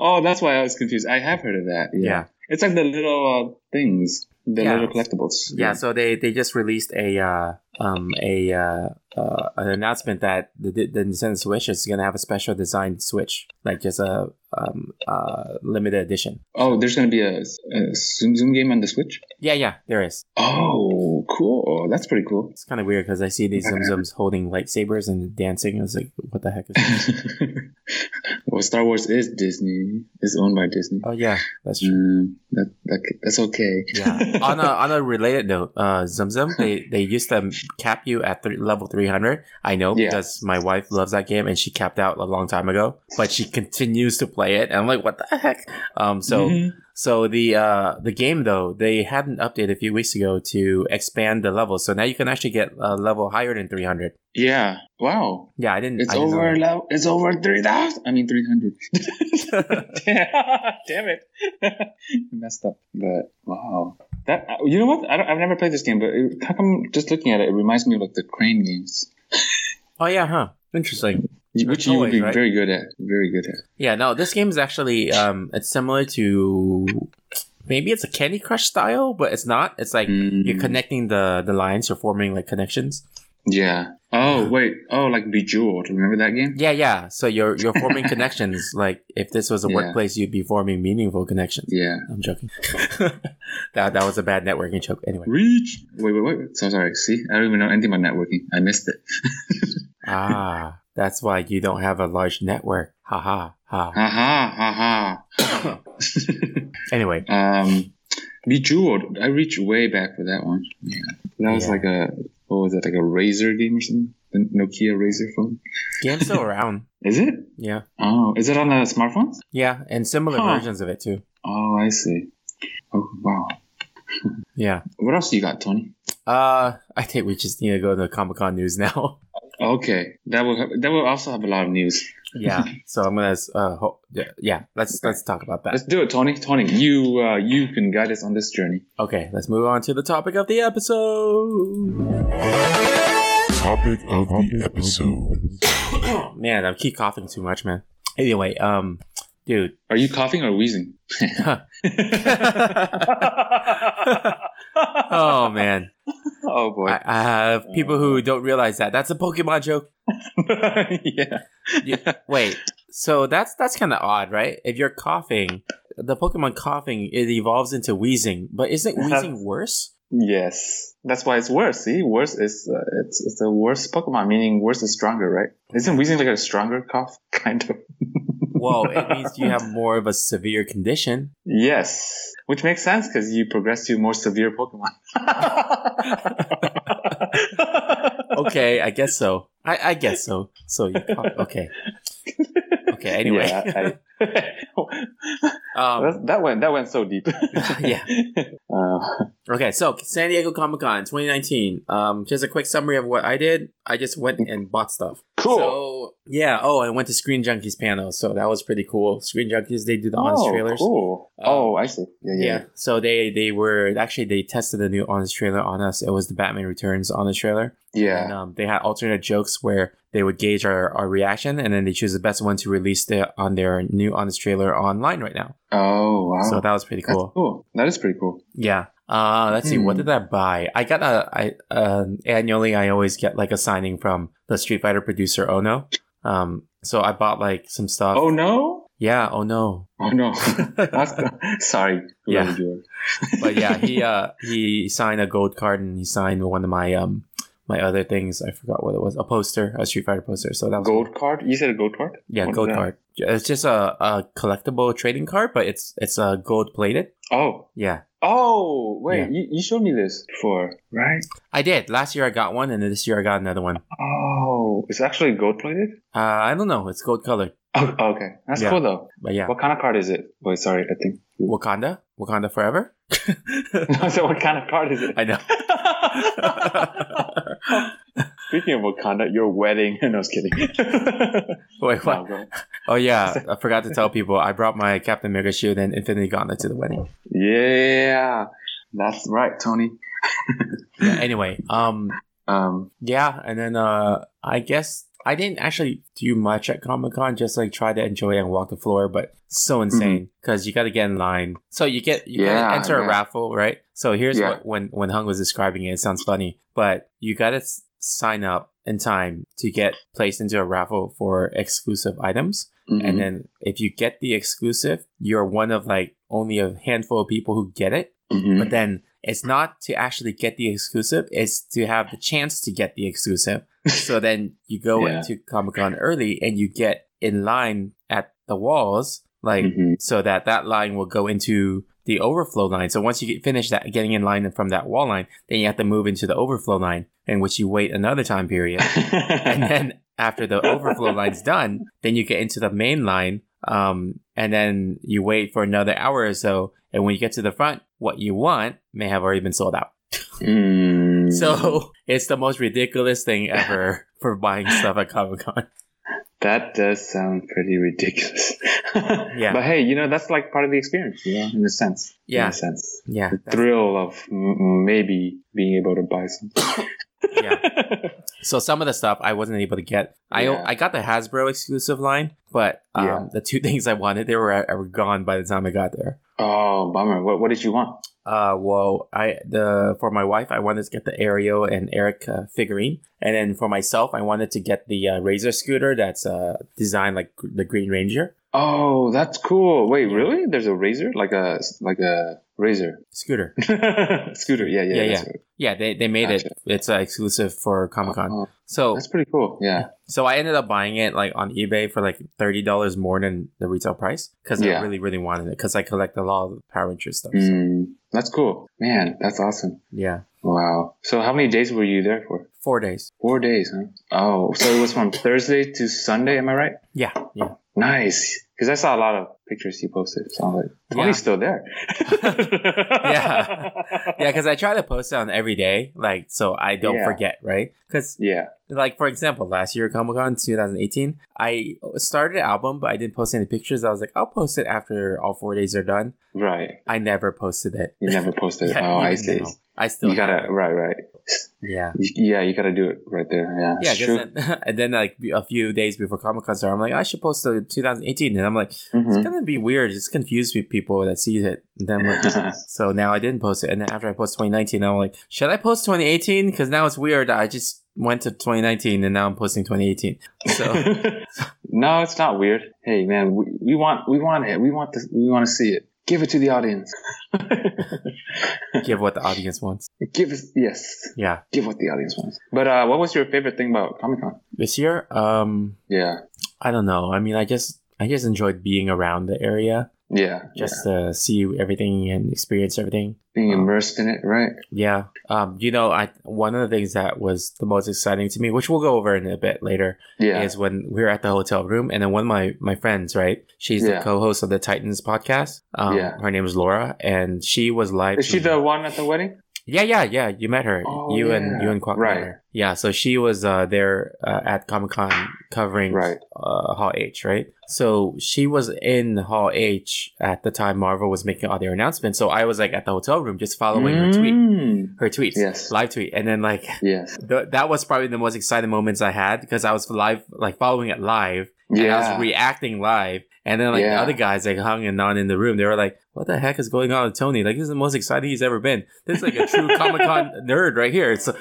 Oh, that's why I was confused. I have heard of that. Yeah. Yeah. It's like the little uh, things, the Yeah. little collectibles. Yeah. So they they just released a uh, um a uh, uh an announcement that the, the Nintendo Switch is gonna have a special designed Switch, like just a um uh limited edition. Oh, there's going to be a, a Zoom Zoom game on the Switch? Yeah, yeah. There is. Oh, cool. That's pretty cool. It's kind of weird because I see these Zum Zums holding lightsabers and dancing. I was like, what the heck is this? well, Star Wars is Disney. It's owned by Disney. oh yeah, that's true. Mm, that, that, that's okay. Yeah. on a on a related note, uh, Zum Zum, they they used to cap you at th- level three hundred. I know Yeah. because my wife loves that game and she capped out a long time ago, but she continues to play it. And I'm like, what the heck? Um, so Mhm. So the uh, the game though they had an update a few weeks ago to expand the level, so now you can actually get a level higher than 300. Yeah. Wow. Yeah, I didn't. It's I didn't know over. that. Lo- it's over three thousand. I mean, three hundred. Damn it! messed up. But wow, that uh, you know what? I don't, I've never played this game, but it, how come? Just looking at it, it reminds me of like the crane games, Oh yeah, huh? Interesting. you- which you would Always, be right? very good at. Very good at. Yeah, no, this game is actually um, it's similar to maybe it's a Candy Crush style, but it's not. It's like Mm. you're connecting the the lines, you're forming like connections. Yeah. Oh Yeah. wait. Oh, like Bejeweled. Remember that game? Yeah, yeah. So you're you're forming connections. Like if this was a Yeah. workplace, you'd be forming meaningful connections. Yeah. I'm joking. that that was a bad networking joke. Anyway. Reach. Wait, wait, wait. wait. So sorry. See, I don't even know anything about networking. I missed it. Ah, that's why you don't have a large network. Ha ha ha. Ha ha ha ha. Anyway. Um, Bejeweled. I reached way back for that one. Yeah, that was Yeah. like a what was that like a Razor game or something? The Nokia Razor phone. Game's still around. Is it? Yeah. Oh, is it on the smartphones? Yeah, and similar Huh. versions of it too. Oh, I see. Oh wow. Yeah. What else you got, Tony? Uh, I think we just need to go to Comic Con news now. Okay, that will have, that will also have a lot of news. yeah. So I'm gonna. Uh, ho- yeah, yeah. Let's let's talk about that. Let's do it, Tony. Tony, you uh, you can guide us on this journey. Okay. Let's move on to the topic of the episode. Topic of the episode. Oh, man, I keep coughing too much, man. Anyway, um, dude. Are you coughing or wheezing? oh man, Oh boy. I, I have people who don't realize that that's a Pokemon joke. yeah. You- wait, so that's that's kind of odd, right? If you're coughing, the Pokemon coughing it evolves into wheezing, but isn't wheezing worse? Yes, that's why it's worse. See, worse is uh, it's, it's the worst Pokemon, meaning worse is stronger, right? Isn't wheezing like a stronger cough, kind of? Well, it means you have more of a severe condition. yes, which makes sense because you progress to more severe Pokemon. Okay, I guess so. I, I guess so. So you okay? Okay. Anyway, Yeah, I- um, that, that went that went so deep. yeah. Uh, Okay. So San Diego Comic Con 2019. Um, just a quick summary of what I did. I just went and bought stuff. cool. So yeah. Oh, I went to Screen Junkies panel, so that was pretty cool. Screen Junkies they do the honest oh, trailers. cool. Um, oh, I see. Yeah, yeah. Yeah. So they they were actually they tested the new honest trailer on us. It was the Batman Returns honest trailer. yeah. And, um, they had alternate jokes where they would gauge our, our reaction and then they choose the best one to release the, on their new Honest trailer online right now. Oh, wow. So that was pretty That's cool. cool. That is pretty cool. Yeah. Uh, let's see. What Hmm. did I buy? I got a, I, um annually, I always get like a signing from the Street Fighter producer, Ono. Um, so I bought like some stuff. Oh no. Yeah. Oh no. Oh no. That's, sorry. whoever Yeah. you are. but yeah, he, uh, he signed a gold card and he signed one of my, um, my other things. I forgot what it was. A poster, a Street Fighter poster. So that was gold card. You said a gold card. Yeah, What is gold that? card. It's just a, a collectible trading card, but it's it's uh, gold plated. Oh, Yeah, oh, wait. Yeah. You, you showed me this before, right? I did last year. I got one, and then this year I got another one. Oh, it's actually gold plated. Uh, I don't know. It's gold colored, Oh, okay, that's Yeah. cool though. but yeah, What kind of card is it? Wait, sorry, I think. Wakanda, Wakanda forever. No, so what kind of card is it? I know. Speaking of Wakanda, your wedding. No, I was kidding. Wait, No, what? go- Oh yeah, I forgot to tell people. I brought my Captain Mega shield and Infinity Gauntlet to the wedding. yeah, that's right, Tony. Yeah, anyway, um, Um, yeah, and then uh, I guess I didn't actually do much at Comic Con. Just like try to enjoy and walk the floor, but so insane because you got to get in line. So you get you Mm-hmm. Yeah, gotta enter a yeah. raffle, right? So here's Yeah. what when when Hung was describing it, it sounds funny, but you got to s- sign up in time to get placed into a raffle for exclusive items. mhm. And then if you get the exclusive, you're one of like only a handful of people who get it Mhm. but then it's not to actually get the exclusive it's to have the chance to get the exclusive so then you go Yeah. into comic-con early and you get in line at the walls like Mhm. so that that line will go into the overflow line so once you get finish that getting in line from that wall line then you have to move into the overflow line in which you wait another time period Mm-hmm. and then after the overflow line's done, then you get into the main line. Um, and then you wait for another hour or so. And when you get to the front, what you want may have already been sold out. Mm. So it's the most ridiculous thing ever for buying stuff at Comic Con. That does sound pretty ridiculous. yeah. But hey, you know, that's like part of the experience, you know, in a sense. Yeah. In a sense. Yeah. The thrill of m- maybe being able to buy something. Yeah. So some of the stuff I wasn't able to get. I Yeah. I got the Hasbro exclusive line, but um, Yeah. the two things I wanted they were, uh, were gone by the time I got there. oh, bummer. What, what did you want? Uh, well, I the for my wife I wanted to get the Ariel and Eric uh, figurine, and then for myself I wanted to get the uh, Razor scooter that's uh designed like gr- the Green Ranger Oh, that's cool. Wait, really? There's a razor? Like a, like a razor. scooter. Scooter. Yeah, yeah, Yeah, that's yeah. right. Yeah, they they made it. Gotcha. It's uh, exclusive for Comic Con. Oh, So that's pretty cool. Yeah. So I ended up buying it like on eBay for like thirty dollars more than the retail price because I Yeah. really, really wanted it because I collect a lot of Power Rangers stuff. so- Mm, that's cool. Man, that's awesome. yeah, Wow. So how many days were you there for? four days. Four days, huh? Oh, so it was from Thursday to Sunday, am I right? Yeah, yeah. Nice. Because I saw a lot of pictures he posted. So I'm like, Yeah. Tony's still there. Yeah. Yeah, because I try to post it on every day, like so I don't Yeah. forget, right? Because Yeah. like for example, last year at Comic Con 2018, I started an album, but I didn't post any pictures. I was like, I'll post it after all four days are done. Right. I never posted it. You never posted. Yeah, oh, I even see. now. I still You gotta, haven't. right, right. yeah. You, yeah, you gotta do it right there. Yeah. Yeah, it's 'cause true. then, and then like a few days before Comic Con started, I'm like, I should post the 2018, and I'm like, it's Mhm. gonna be weird. It's confused with people that see it. And then I'm like, so now I didn't post it, and then after I post 2019, I'm like, should I post 2018? Because now it's weird. I just went to 2019, and now I'm posting 2018. So no, it's not weird. Hey, man, we, we want, we want it. We want this. We want to see it. Give it to the audience. give what the audience wants. Give us, yes. Yeah, Give what the audience wants. But uh, what was your favorite thing about Comic Con? this year, um, Yeah. I don't know. I mean, I just I just enjoyed being around the area, Yeah. just yeah. to see everything and experience everything. being um, immersed in it, right? Yeah. Um, you know, I one of the things that was the most exciting to me, which we'll go over in a bit later, Yeah. is when we were at the hotel room and then one of my, my friends, right? She's the Yeah. co-host of the Titans podcast. Um, Yeah. her name is Laura and she was live. Is she the one at the wedding? Yeah, yeah, yeah. You met her. Oh, you and yeah. you and Quack Right. met her. Yeah, so she was uh, there uh, at Comic Con covering Right. uh, Hall H, right? So she was in Hall H at the time Marvel was making all their announcements. So I was like at the hotel room just following her tweet Mm. her tweets, Yes. live tweet, and then like Yes. th- that was probably the most exciting moments I had because I was live, like following it live, and I Yeah. was reacting live, and then like the Yeah. other guys like hung and on in the room, they were like, "What the heck is going on with Tony? Like this is the most exciting he's ever been. This is like a true Comic Con nerd right here." So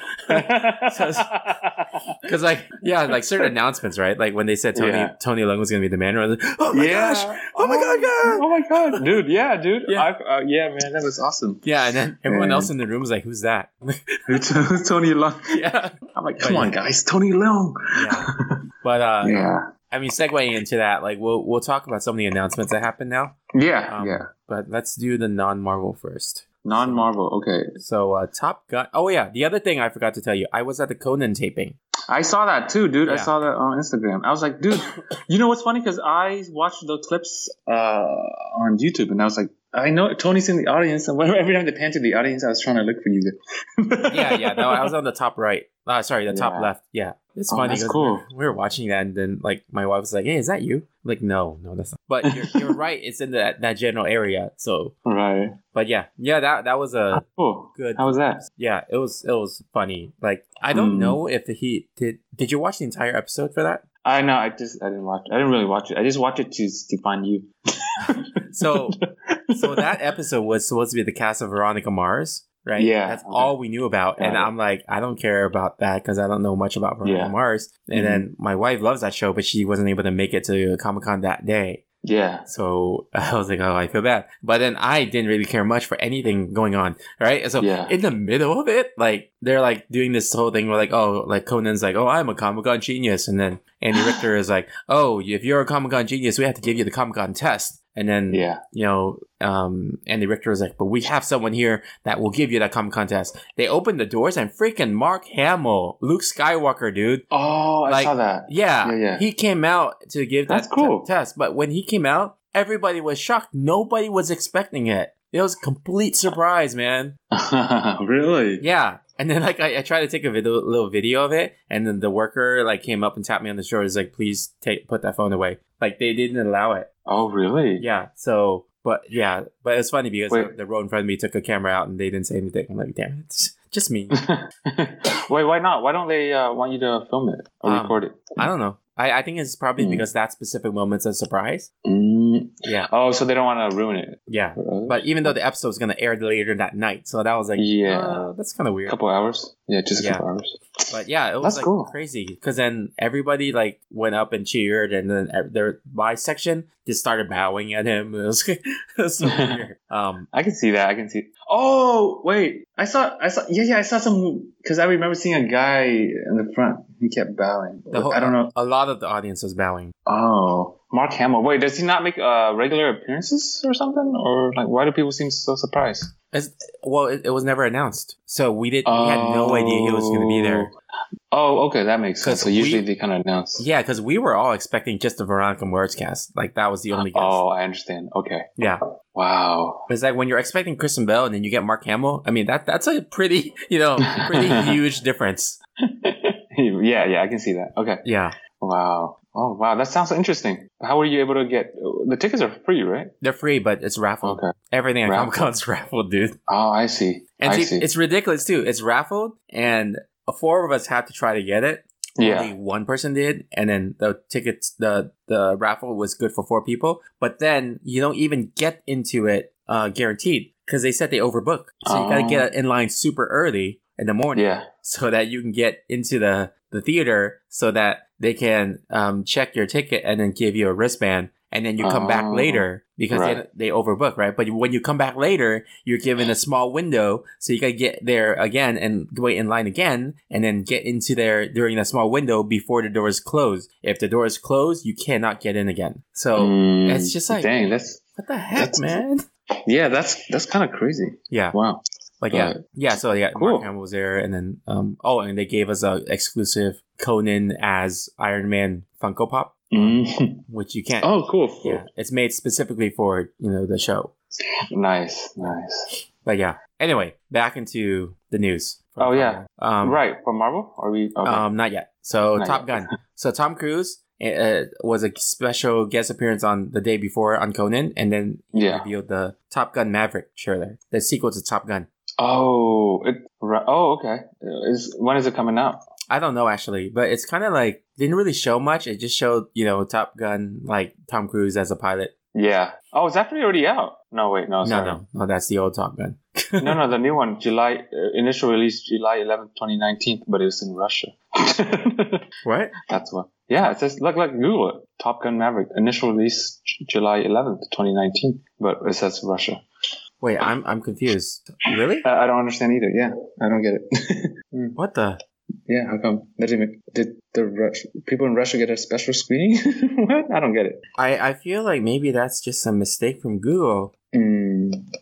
because like yeah, like certain announcements, right? Like when they said Tony Yeah. Tony Leung was going to be the man, I was like, "Oh my gosh, oh my god, god!" Oh my god, dude! Yeah, dude! Yeah. Yeah, uh, yeah man, that was awesome. Yeah, and then everyone Yeah. else in the room was like, "Who's that?" Tony Long. yeah, I'm like, But come on, Oh, yeah. guys, Tony Long. yeah. But uh, Yeah, I mean, segueing into that, like we'll we'll talk about some of the announcements that happened now, yeah, Um, yeah. but let's do the non-Marvel first. Non-Marvel. Okay, So uh, Top Gun. Oh yeah, the other thing I forgot to tell you, I was at the Conan taping. I saw that too, dude. I Yeah. saw that on Instagram. I was like, dude, you know what's funny? Because I watched the clips uh, on YouTube, and I was like, I know Tony's in the audience. And whenever every time they pan to the audience, I was trying to look for you. Yeah, yeah. No, I was on the top right. Uh, sorry, the top Yeah. left. Yeah, it's Oh, funny. that's 'cause cool. We were watching that, and then like my wife was like, "Hey, is that you?" I'm like, no, no, that's not. But you're, you're right. It's in that that general area. So, Right. but yeah, yeah. That that was a Cool. good. How was that? Yeah, it was it was funny. Like I don't Hmm. know if he did. Did you watch the entire episode for that? I know. I just I didn't watch. I didn't really watch it. I just watched it to to find you. So, so that episode was supposed to be the cast of Veronica Mars, right? Yeah. that's all we knew about. Got and it. I'm like, I don't care about that because I don't know much about Veronica Yeah. Mm-hmm. Mars. And then my wife loves that show, but she wasn't able to make it to Comic Con that day. Yeah. So I was like, oh, I feel bad. But then I didn't really care much for anything going on, right? So Yeah. in the middle of it, like they're like doing this whole thing where like, oh, like Conan's like, oh, I'm a Comic Con genius, and then Andy Richter is like, oh, if you're a Comic Con genius, we have to give you the Comic Con test, and then Yeah. you know, um, Andy Richter was like, but we have someone here that will give you that Comic Con test. They opened the doors and freaking Mark Hamill, Luke Skywalker, dude. Oh, I Like- saw that. Yeah, Yeah, yeah. he came out to give That's that t- cool. test, but when he came out, Everybody was shocked. Nobody was expecting it. It was complete surprise, man. really? Yeah. And then like I, I tried to take a video, little video of it, and then the worker like came up and tapped me on the shoulder. Is like, please take put that phone away. Like they didn't allow it. Oh, really? Yeah. So, but yeah, but it's funny because Wait. the, the road in front of me took a camera out and they didn't say anything. I'm like, damn it, it's just me. Wait, why not? Why don't they uh, want you to film it or Um, record it? I don't know. I, I think it's probably Hmm. because that specific moment's a surprise. Mm. Yeah. Oh, so they don't want to ruin it. Yeah. for us? But even though the episode's gonna air later that night, so that was like, Yeah. uh, that's kind of a weird. couple hours? Yeah, just a Yeah. couple hours. But yeah, it was That's like cool. crazy because then everybody like went up and cheered, and then ev- their my section just started bowing at him. It was, it was so weird. Um, I can see that. I can see. Oh, wait. I saw. I saw. Yeah, yeah. I saw some because I remember seeing a guy in the front. He kept bowing. the whole, uh, I don't know. A lot of the audience was bowing. Oh, Mark Hamill. Wait, does he not make uh, regular appearances or something? Or like, why do people seem so surprised? It's, well, it, it was never announced, so we did. We had no idea he was going to be there. Oh, okay, that makes sense. 'Cause So usually we- they kind of announce. Yeah, because we were all expecting just the Veronica Mars cast. Like that was the only guest. Oh, I understand. Okay. Yeah, Wow. it's like when you're expecting Kristen Bell and then you get Mark Hamill. I mean, that that's a pretty you know pretty huge difference. yeah, yeah, I can see that. Okay. Yeah, Wow. Oh, wow. That sounds interesting. How were you able to get the tickets are free, right? they're free, but it's raffled. Okay. Everything at Raffle. Comic Con's raffled, dude. Oh, I see. And I see, see. it's ridiculous too. It's raffled, and four of us had to try to get it. Only yeah. one person did, and then the tickets, the the raffle was good for four people. But then you don't even get into it uh, guaranteed because they said they overbook, so you gotta Oh. get in line super early in the morning Yeah. so that you can get into the the theater so that they can um, check your ticket and then give you a wristband and then you come back Oh, later because right. they, they overbook right but when you come back later you're given a small window so you gotta get there again and wait in line again and then get into there during that small window before the doors close if the doors close you cannot get in again so Mm, it's just like- dang, that's what the heck That's- man yeah, that's that's kind of crazy. yeah Wow. like yeah, Right. yeah. So yeah, Cool. Mark Hamill was there, and then um, oh, and they gave us a exclusive Conan as Iron Man Funko Pop, Mm. which you can't. Oh, cool. cool. yeah, it's made specifically for you know the show. Nice, nice. But yeah. Anyway, back into the news. Oh, yeah. Um, right for Marvel, are we? Okay. Um, not yet. So Not Top yet. Gun. So Tom Cruise uh, was a special guest appearance on the day before on Conan, and then he Yeah. revealed the Top Gun Maverick trailer, the sequel to Top Gun. oh, it, right, oh, okay. Is when is it coming out? I don't know actually, but it's kind of like didn't really show much. It just showed you know Top Gun like Tom Cruise as a pilot. Yeah. Oh, it's actually already out. No, wait, no, no, sorry. no, no, that's the old Top Gun. no, no, the new one, July uh, initial release, July eleventh, twenty nineteen, but it was in Russia. What? That's what. Yeah, it says look, look, Google it. Top Gun Maverick initial release J- July eleventh, twenty nineteen, but it says Russia. Wait, I'm I'm confused. Really? I, I don't understand either. Yeah, I don't get it. Mm. What the? Yeah, how come? They didn't make, did the Rus- people in Russia get a special screening? what? I don't get it. I I feel like maybe that's just a mistake from Google. Mm.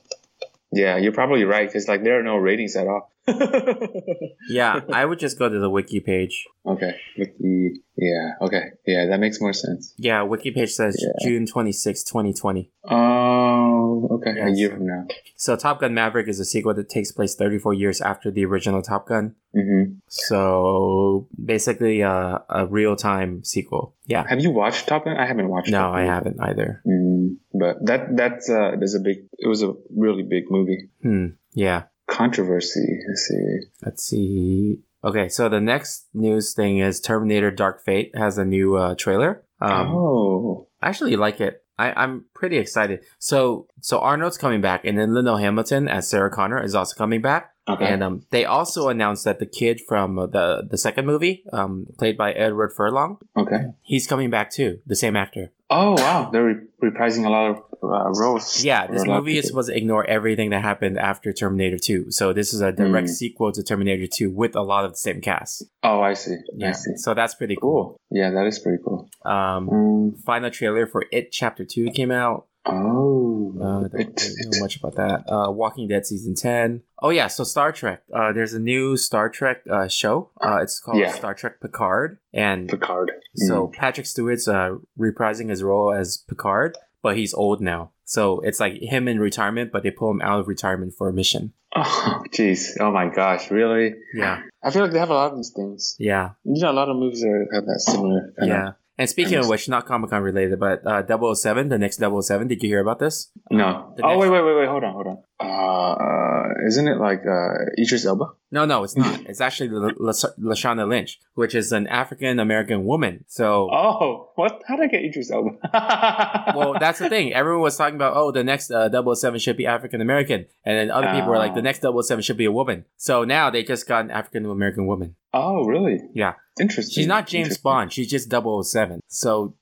Yeah, you're probably right because like there are no ratings at all. okay, Yeah, I would just go to the wiki page. Wiki. E, Yeah, okay, yeah, that makes more sense. Yeah, wiki page says June 26, 2020. Oh, okay, a Yes. year from now. So Top Gun Maverick is a sequel that takes place 34 years after the original Top Gun. hmm So basically uh, a real-time sequel. Yeah. Have you watched Top Gun? I haven't watched. No, Top I Gun. haven't either. Mm, but that that's uh, there's a big. It was a really big movie. Hmm. Yeah. Controversy. Let's see. Let's see. Okay, so the next news thing is Terminator Dark Fate has a new uh, trailer. Um, oh, I actually like it. I, I'm pretty excited. So so Arnold's coming back, and then Lino Hamilton as Sarah Connor is also coming back. okay. And um, they also announced that the kid from uh, the the second movie, um, played by Edward Furlong, okay. he's coming back too, the same actor. Oh wow, they're re- reprising a lot of uh, roles. Yeah, for this a lot of movie is people. supposed to ignore everything that happened after Terminator 2. So this is a direct Mm. sequel to Terminator 2 with a lot of the same cast. Oh, I see. I Yeah. see. So that's pretty cool. Cool. Yeah, that is pretty cool. Um, Mm, final trailer for It Chapter 2 came out. oh, Uh, I don't really it, know much about that. Uh, Walking Dead Season 10. Oh, yeah. So Star Trek. Uh, there's a new Star Trek uh, show. Uh, it's called Yeah. mm. Star Trek Picard. And Picard. so Patrick Stewart's uh, reprising his role as Picard. but he's old now. So it's like him in retirement, but they pull him out of retirement for a mission. Oh, jeez. Oh my gosh. Really? Yeah. I feel like they have a lot of these things. Yeah. You know, a lot of movies are, have that similar. kind Yeah. And speaking of Thanks. which, not Comic Con related, but uh, 007, the next 007, did you hear about this? of- No. The Oh, next- wait, wait, wait, wait. Hold on, hold on. Uh, isn't it like uh, Idris Elba? No, no, it's not. it's actually La- La- Lashana Lynch, which is an African American woman. So Oh, what? How did I get Idris Elba? well, that's the thing. Everyone was talking about, oh, the next uh, 007 should be African American. And then other people were like, the Ah. next 007 should be a woman. So now they just got an African American woman. Oh, really? Yeah. Interesting. She's not James Bond. She's just 007. So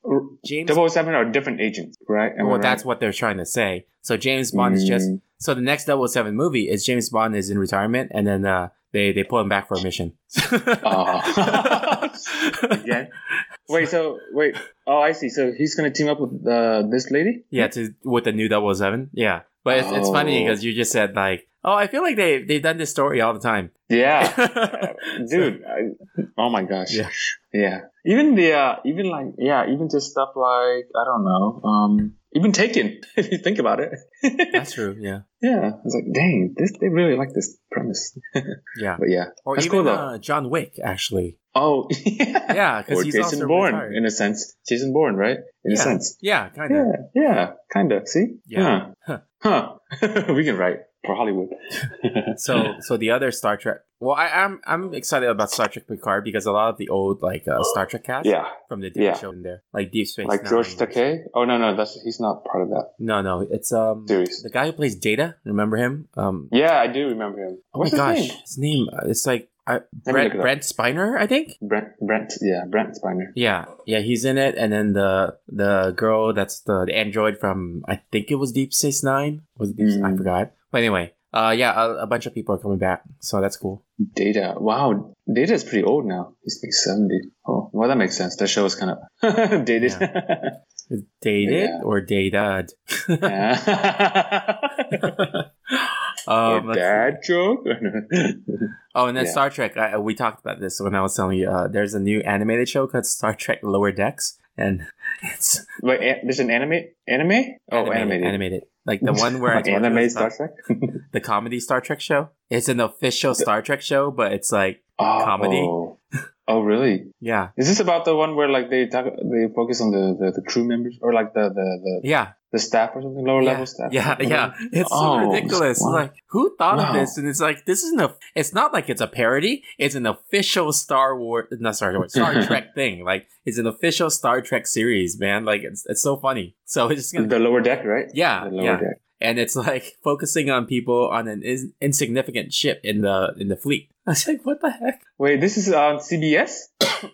James Double Seven are different agents, right? Am I Well, right? that's what they're trying to say. So James Bond is just. Mm. So the next 007 movie is James Bond is in retirement and then uh, they, they pull him back for a mission. Oh. Again? Wait, so wait. Oh, I see. So he's gonna team up with uh, this lady. Yeah, to with the new 007. Yeah. But it's, it's funny Oh. because you just said like, oh, I feel like they they've done this story all the time. Yeah, dude. I, oh my gosh. Yeah. Yeah. Even the uh, even like yeah, even just stuff like I don't know. Um, even Taken. If you think about it. That's true. Yeah. yeah. I was like, dang, this they really like this premise. Yeah. But yeah, Or that's even cool though. uh, John Wick, actually. Oh, yeah. Yeah, Or because he's Jason also Bourne, retired. in a sense. Jason Bourne, right? In a Yeah. sense. yeah, kind of. Yeah, yeah, kind of. See? Yeah. Huh. Huh. we can write for Hollywood. So, so the other Star Trek. Well, I, I'm I'm excited about Star Trek Picard because a lot of the old like uh, Star Trek cast yeah. from the Daily Yeah. Show in there, like Deep Space. Like Nine. George Takei? Oh, no, no, that's he's not part of that No, no, it's um series. the guy who plays Data. Remember him? Um, Yeah, I do remember him. oh What's my gosh, his name? his name. uh, It's like I, me Brent look it up. Brent Spiner, I think. Brent, Brent, yeah, Brent Spiner. Yeah, yeah, he's in it, and then the the girl that's the, the android from I think it was Deep Space Nine was it Deep, I Mm. forgot. But anyway, uh, yeah, a, a bunch of people are coming back, so that's cool. Data. Wow, Data is pretty old now. He's like 70. Oh, well, that makes sense. That show is kind of dated. Is Dated Yeah. or dated? Or um, let's see. dad joke? oh, and then Yeah. Star Trek. I, we talked about this when I was telling you. Uh, there's a new animated show called Star Trek Lower Decks, and it's Wait, an- there's an anime? Anime? Oh, animated. animated. Like the one where I Like told you anime about Star Trek? the comedy Star Trek show. It's an official Star Trek show, but it's like Oh. Comedy. Oh, really? yeah, Is this about the one where like they talk, they focus on the, the, the crew members or like the the, the, yeah. the staff or something lower yeah, level staff? Yeah, yeah. It's so Oh, ridiculous. wow. Like, who thought of Wow. this? And it's like, this isn't a. It's not like it's a parody. It's an official Star Wars, not Star Wars, Star Trek thing. Like, it's an official Star Trek series, man. Like, it's it's so funny. So it's just gonna. The lower deck, right? yeah, The lower yeah, deck. and it's like focusing on people on an in- insignificant ship in the in the fleet. I was like, what the heck? Wait, this is on CBS?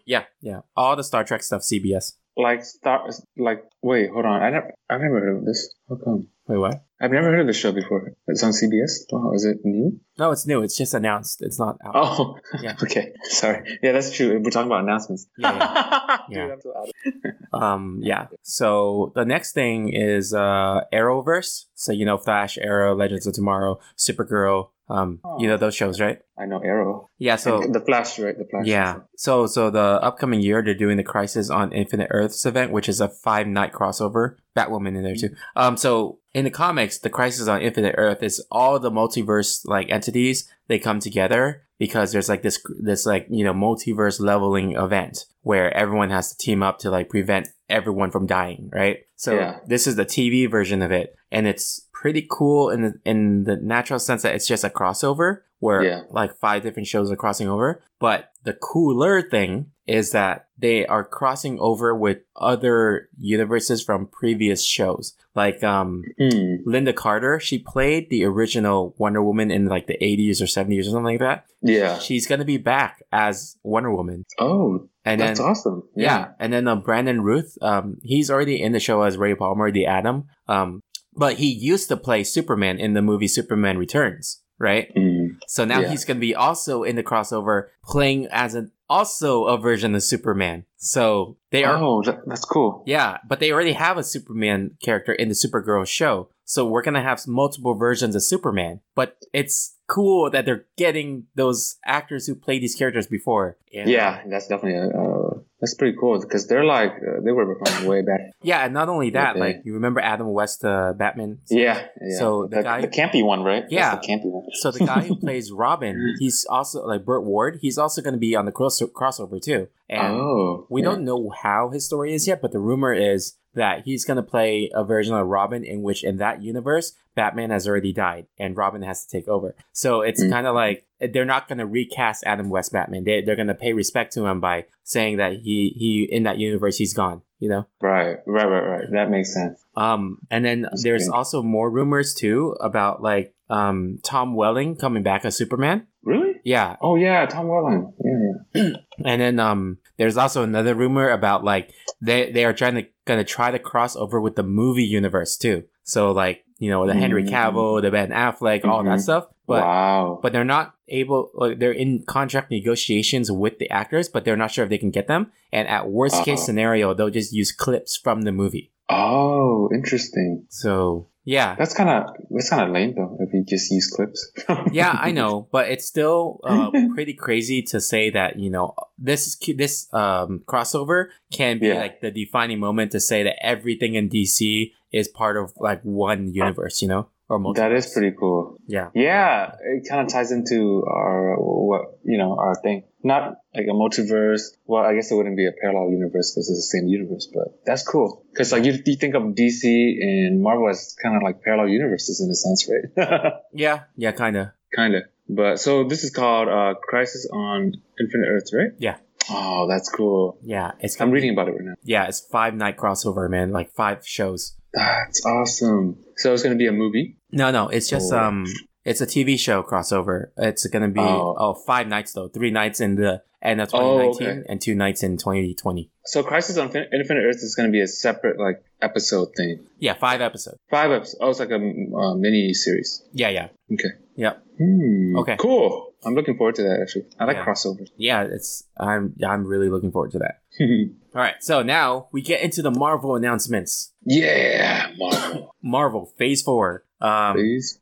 Yeah, yeah, all the Star Trek stuff, CBS. Like Star like wait, hold on. I never I've never heard of this. How come? Wait, what? I've never heard of this show before. It's on CBS? Wow, is it new? No, it's new. It's just announced. It's not out. Oh, Yeah. okay. Sorry. Yeah, that's true. We're talking about announcements. Yeah, Dude, Yeah. I'm so out of- Um, yeah. So the next thing is uh Arrowverse. So you know Flash, Arrow, Legends of Tomorrow, Supergirl. Um, you know those shows, right? I know Arrow. Yeah. So the Flash, right? The Flash. yeah. So so the upcoming year they're doing the Crisis on Infinite Earths event, which is a five night crossover. Batwoman in there too. Mm-hmm. Um. So in the comics, the Crisis on Infinite Earth is all the multiverse like entities they come together because there's like this this like you know multiverse leveling event where everyone has to team up to like prevent everyone from dying, right? So Yeah. this is the TV version of it, and it's pretty cool in the in the natural sense that it's just a crossover where Yeah. like five different shows are crossing over. But the cooler thing is that they are crossing over with other universes from previous shows, like um Hmm. Linda Carter. She played the original Wonder Woman in like the 80s or 70s or something like that. Yeah. She's gonna be back as Wonder Woman, Oh, and that's then awesome. yeah. and then uh, Brandon Ruth, um, he's already in the show as Ray Palmer, the Atom. Um, but he used to play Superman in the movie Superman Returns, right? Mm. So now Yeah. he's gonna be also in the crossover, playing as an also a version of Superman. So they are Oh, that, that's cool. yeah, but they already have a Superman character in the Supergirl show. So we're going to have multiple versions of Superman. But it's cool that they're getting those actors who played these characters before. Yeah, that's definitely a, uh, That's pretty cool because they're like uh, they were from way back. Yeah, and not only that, Okay. like you remember Adam West, uh, Batman. Yeah. yeah. So the the, guy- the campy one, right? That's Yeah. the campy one. So the guy who plays Robin, he's also like Burt Ward. He's also going to be on the cross- crossover too, and oh, we yeah. don't know how his story is yet. But the rumor is that he's going to play a version of Robin in which, in that universe, Batman has already died and Robin has to take over. So it's Mm. kind of like they're not going to recast Adam West Batman. They they're going to pay respect to him by saying that he he in that universe he's gone. You know. Right, right, right, right. That makes sense. Um, and then That's there's great. also more rumors too about like um Tom Welling coming back as Superman. Really? Yeah, Oh yeah, Tom Welling. Yeah, yeah. and then um there's also another rumor about like they they are trying to gonna try to cross over with the movie universe too. So like you know the Henry Mm. Cavill, the Ben Affleck, all that Mhm. stuff. But wow. but they're not able. Like, they're in contract negotiations with the actors, but they're not sure if they can get them. And at worst Uh-oh. case scenario, they'll just use clips from the movie. oh, interesting. So yeah, That's kind of that's kind of lame though. If you just use clips. yeah, I know, but it's still uh, pretty crazy to say that you know this is cu- this um, crossover can be Yeah. like the defining moment to say that everything in DC is part of like one universe, you know, or multiple. that is pretty cool. Yeah, Yeah, it kind of ties into our what you know our thing. Not like a multiverse. Well, I guess it wouldn't be a parallel universe because it's the same universe, but that's cool. Because like you, you think of DC and Marvel as kind of like parallel universes in a sense, right? yeah, yeah, kind of. kind of. But so this is called uh, Crisis on Infinite Earths, right? Yeah. Oh, that's cool. Yeah, it's I'm reading about it right now. Yeah, it's five night crossover, man. Like five shows. That's awesome. So it's gonna be a movie. No, no, it's just Oh. um, it's a TV show crossover. It's gonna be oh, Oh. five nights though, three nights in the end of Oh, 2019 okay. and two nights in 2020. So Crisis on Fin- Infinite Earths is gonna be a separate like episode thing. Yeah, five episodes. Five episodes. Oh, it's like a mm, uh, mini series. Yeah, yeah, Okay. yeah. Hmm. Okay. Cool. I'm looking forward to that actually. I like Yeah. crossovers. yeah, it's I'm I'm really looking forward to that. All right, so now we get into the Marvel announcements. yeah, Marvel. Marvel Phase Four. Um, Please.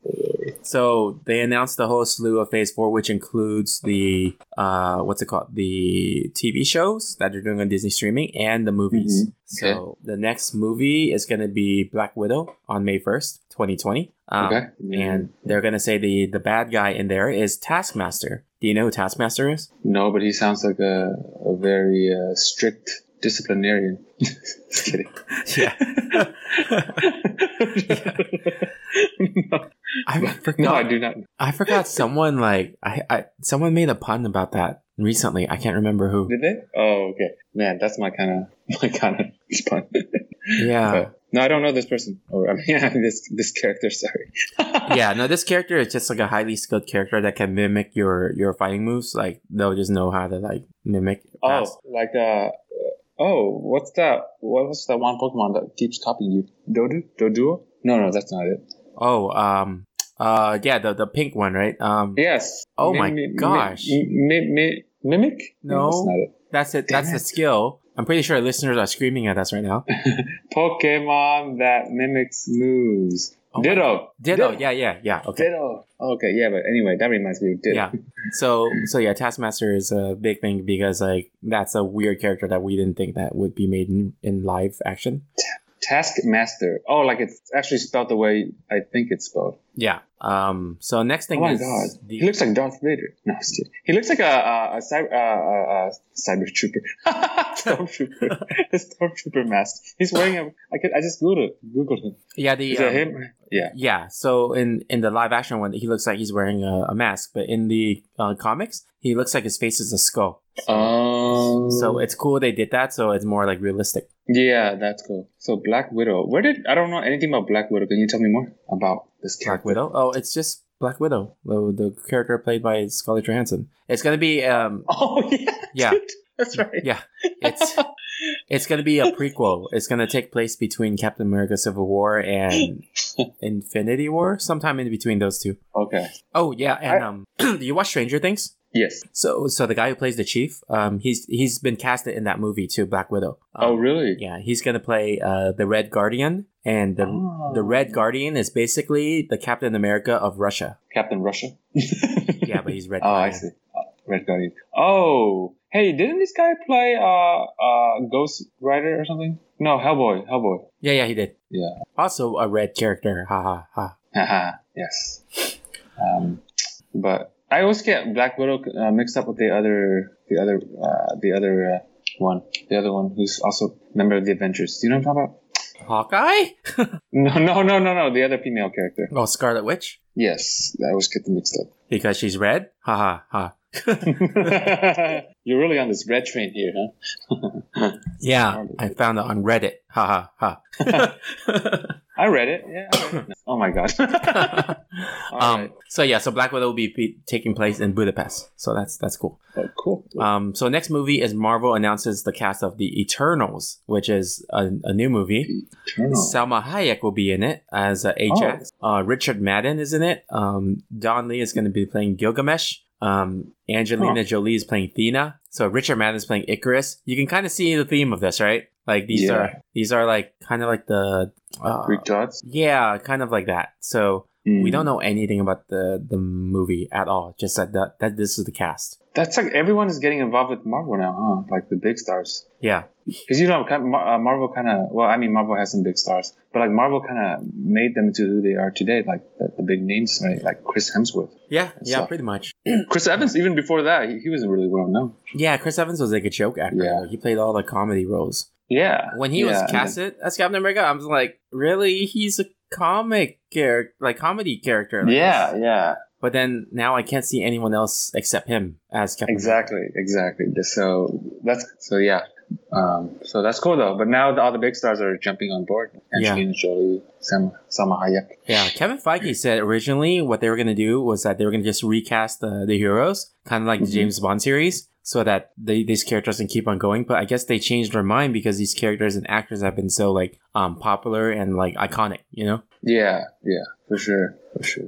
so they announced the whole slew of Phase Four, which includes the uh, what's it called, the TV shows that they're doing on Disney streaming and the Mm-hmm. movies. So the next movie is going to be Black Widow on May first, twenty twenty. Um, okay. And they're gonna say the the bad guy in there is Taskmaster. Do you know who Taskmaster is? no, but he sounds like a, a very uh, strict disciplinarian. Just kidding. Yeah. I forgot. no, I do not. I forgot someone like I, I someone made a pun about that recently. I can't remember who. Did they? Oh, okay. Man, that's my kind of my kind of pun. Yeah. But- no, I don't know this person. Or I mean, this this character. Sorry. yeah, no, this character is just like a highly skilled character that can mimic your your fighting moves. Like they'll just know how to like mimic. your Oh, pass. like uh, oh, what's that? What was that one Pokemon that keeps copying you? Dodu? Doduo? No, no, that's not it. Oh, um uh yeah, the the pink one, right? Um Yes. Oh my gosh. Mi- mi- mi- mimic? No. that's not it. that's it. Damn That's the it. skill. I'm pretty sure listeners are screaming at us right now. Pokemon that mimics moves. Oh my- Ditto. Ditto. Yeah, yeah, yeah. Okay. Ditto. Okay, yeah, but anyway, that reminds me of Ditto. Yeah. So so yeah, Taskmaster is a big thing because like that's a weird character that we didn't think that would be made in, in live action. Taskmaster. Oh, like it's actually spelled the way I think it's spelled. Yeah. Um. So next thing oh my is god, the he looks like Darth Vader. No, I'm just kidding. He looks like a, a, a, cyber, uh, a, a cyber trooper, stormtrooper, a stormtrooper mask. He's wearing a. I could, I just googled googled him. yeah the Is that um, him? Yeah. yeah. So in in the live action one, he looks like he's wearing a, a mask, but in the uh, comics, he looks like his face is a skull. Um, So it's cool they did that. So it's more like realistic. yeah, that's cool. So Black Widow. Where did I don't know anything about Black Widow? Can you tell me more about this Black character? Widow. Oh, it's just Black Widow, the, the character played by Scarlett Johansson. It's gonna be um. Oh yeah. Yeah. dude. that's right. Yeah. It's it's gonna be a prequel. It's gonna take place between Captain America: Civil War and Infinity War, sometime in between those two. Okay. Oh yeah, and I- um, do you watch Stranger Things? Yes. So, so the guy who plays the chief, um, he's he's been casted in that movie too, Black Widow. Um, oh really? Yeah, he's gonna play uh the Red Guardian, and the Oh. the Red Guardian is basically the Captain America of Russia. Captain Russia. Yeah, but he's Red. Oh, I Guardian. see. Uh, Red Guardian. Oh, Hey, didn't this guy play uh uh Ghost Rider or something? No, Hellboy. Hellboy. Yeah, yeah, he did. Yeah. Also a red character. Ha ha ha. Haha. yes. Um, but I always get Black Widow uh, mixed up with the other the other uh, the other uh, one, the other one who's also a member of the Adventures. Do you know what I'm talking about? Hawkeye? No, no, no, no, no. The other female character. Oh, Scarlet Witch? Yes, I always get them mixed up. Because she's red? Ha ha ha. You're really on this red train here, huh? Yeah, I found it on Reddit. Ha ha ha. I read it. Yeah. I read it. Oh my god. um, right. So yeah, so Black Widow will be be taking place in Budapest. So that's that's cool. oh, cool. Um, so next movie is Marvel announces the cast of the Eternals, which is a, a new movie. Eternal. Salma Hayek will be in it as Oh. uh, Ajax. Uh, Richard Madden is in it. Um, Don Lee is going to be playing Gilgamesh. Um, Angelina Huh. Jolie is playing Thena. So Richard Madden is playing Icarus. You can kind of see the theme of this, right? Like these Yeah. are these are like kind of like the uh, Greek gods. Hmm. yeah, kind of like that. So we don't know anything about the the movie at all. Just that that, that this is the cast. That's like everyone is getting involved with Marvel now, huh? Like the big stars. Yeah, Because you know, kind- Mar- uh, Marvel kind of. Well, I mean, Marvel has some big stars, but like Marvel kind of made them into who they are today. Like the, the big names, right? Like Chris Hemsworth, yeah, yeah, So- pretty much. Chris Evans. Even before that, he, he wasn't really well known. Yeah, Chris Evans was like a joke actor. Yeah. Like, he played all the comedy roles. Yeah. When he Yeah, was casted as Captain America, I was like, really? He's a comic character, like comedy character. and like then- yeah, this. yeah. But then now I can't see anyone else except him as Captain. Exactly, exactly. So that's so yeah. Um, so that's cool though. But now the, all the big stars are jumping on board. Yeah. Angelina Jolie, Sam, Sama Hayek. Yeah, Kevin Feige said originally what they were going to do was that they were going to just recast the, the heroes, kind of like the Mhm. James Bond series, so that they, these characters can keep on going. But I guess they changed their mind because these characters and actors have been so like um, popular and like iconic, you know? Yeah, yeah, for sure, for sure.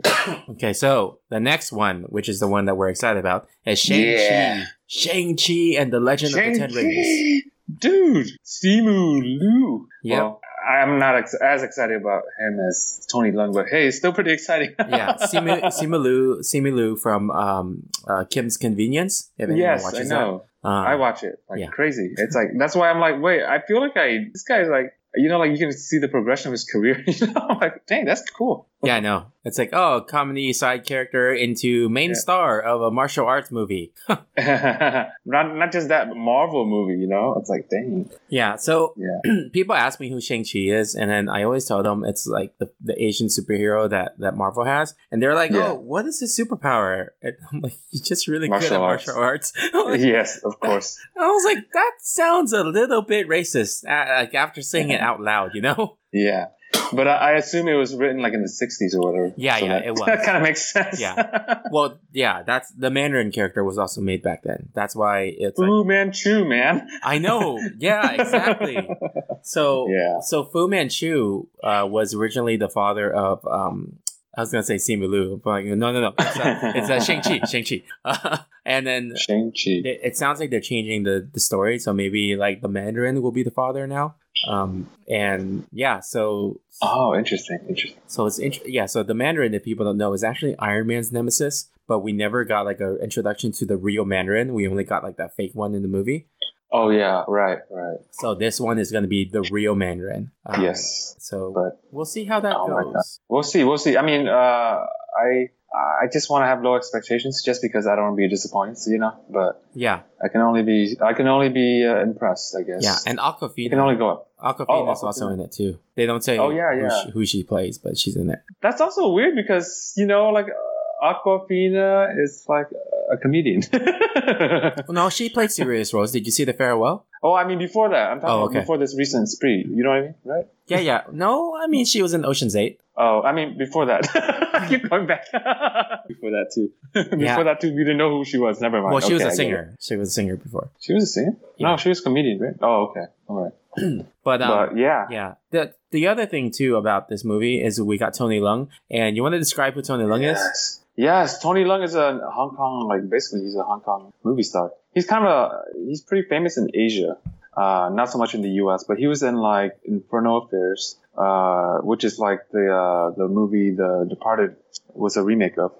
Okay, so the next one, which is the one that we're excited about, is Shang-Chi. Yeah. Shang-Chi and the Legend of the Ten Rings. Shang-Chi. Dude, Simu Liu. Yep. Well, I'm not ex- as excited about him as Tony Lung, but hey, it's still pretty exciting. yeah, Simu, Simu Liu, Simu Liu from um, uh, Kim's Convenience. if anyone yes, I watches that. know. Um, I watch it like yeah. crazy. It's like that's why I'm like, wait, I feel like I this guy's like you know like you can see the progression of his career. You know, I'm like dang, that's cool. Yeah, I know. It's like, oh, comedy side character into main Yeah. star of a martial arts movie. not not just that but Marvel movie. You know, it's like dang, Yeah, so yeah, people ask me who Shang-Chi is, and then I always tell them it's like the, the Asian superhero that, that Marvel has. And they're like, Yeah. oh, what is his superpower? And I'm like, he's just really good Martial at arts. martial arts. Like, yes, of course. I was like, that sounds a little bit racist, uh, like after saying it out loud, you know? Yeah. But I, I assume it was written like in the 60s or whatever. Yeah, yeah, that, it was. That kind of makes sense. Yeah. Well, yeah, that's the Mandarin character was also made back then. That's why it's like, Fu Manchu, man. I know. Yeah, exactly. So Yeah. so Fu Manchu uh, was originally the father of um, I was gonna say Simu Liu, but no, no, no, it's, uh, it's uh, Shang Chi, Shang Chi, uh, and then Shang-Chi. it, it sounds like they're changing the the story, so maybe like the Mandarin will be the father now. Um, and yeah, so Oh, interesting. Interesting. so it's int- yeah, so the Mandarin, if people don't know, is actually Iron Man's nemesis. But we never got like an introduction to the real Mandarin. We only got like that fake one in the movie. Oh, yeah. Right, right. So this one is going to be the real Mandarin. Um, yes. So But- we'll see how that Oh my goes. We'll see. We'll see. I mean, uh, I I just want to have low expectations just because I don't want to be disappointed, you know? But Yeah, I can only be I can only be uh, impressed, I guess. yeah, and You can Aquafina. only go up. Aquafina Oh, is also Awkwafina. in it too. They don't say Oh, yeah, who, yeah. She, who she plays, but she's in it. That's also weird because, you know, like uh, Aquafina is like a comedian. Oh, No, she played serious roles. Did you see the farewell? Oh, I mean before that. I'm talking Oh, about okay. before this recent spree. You know what I mean, right? Yeah, yeah. No, I mean she was in Ocean's Eight. Oh, I mean before that. I keep going back. before that too. before Yeah. that too, we didn't know who she was. Never mind. Well, she was Okay, a I get it. singer. She was a singer before. She was a singer. Yeah. No, she was a comedian, right? Oh, okay. All right. But, um, but yeah. yeah, the the other thing too about this movie is we got Tony Leung, and you want to describe who Tony Leung is? Yes. Yes, Tony Leung is a Hong Kong, like basically he's a Hong Kong movie star. He's kind of a, he's pretty famous in Asia, uh, not so much in the U.S. But he was in like Inferno Affairs, uh, which is like the uh, the movie The Departed was a remake of,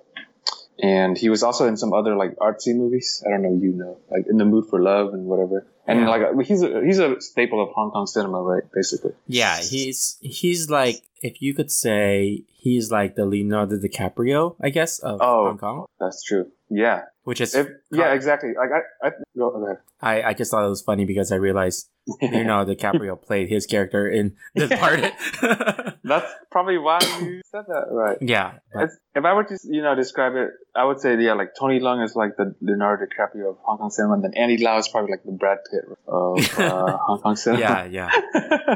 and he was also in some other like artsy movies. I don't know, you know, like In the Mood for Love and whatever. And Yeah. like he's a, he's a staple of Hong Kong cinema, right? Basically. Yeah, he's he's like if you could say he's like the Leonardo DiCaprio, I guess, of Oh. Hong Kong, That's true. Yeah. which is If, yeah, exactly. Like I, I go ahead. I I just thought it was funny because I realized Leonardo DiCaprio played his character in The Departed. That's probably why you said that, right? yeah, but- It's- If I were to, you know, describe it, I would say, yeah, like Tony Leung is like the Leonardo DiCaprio of Hong Kong cinema, and then Andy Lau is probably like the Brad Pitt of uh, Hong Kong cinema. yeah, yeah,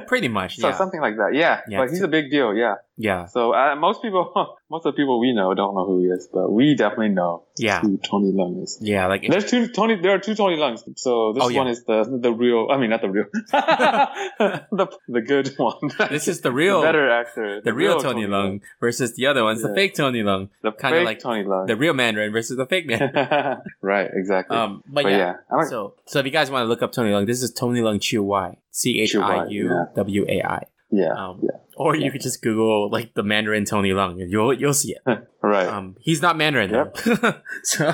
pretty much. so Yeah, something like that. Yeah, Yeah, like he's so- a big deal. Yeah. yeah, So uh, most people, most of the people we know don't know who he is, but we definitely know yeah, who Tony Leung is. yeah. Like There's two Tony. There are two Tony Lungs. So this Oh, one yeah. is the the real. I mean, not the real. the the good one. this is the real, the better actor. the real Tony Leung versus the other one's the Yeah. fake Tony Leung, The kinda fake like Tony Leung. the real Mandarin versus the fake man. right. Exactly. Um, but, but yeah, yeah. I like- So, so if you guys want to look up Tony Leung, this is Tony Leung Chiu Wai, C H I U W A I. yeah, Um, yeah. Or you could just Google like the Mandarin Tony Leung, and you'll you'll see it. Right. Um, he's not Mandarin, though. so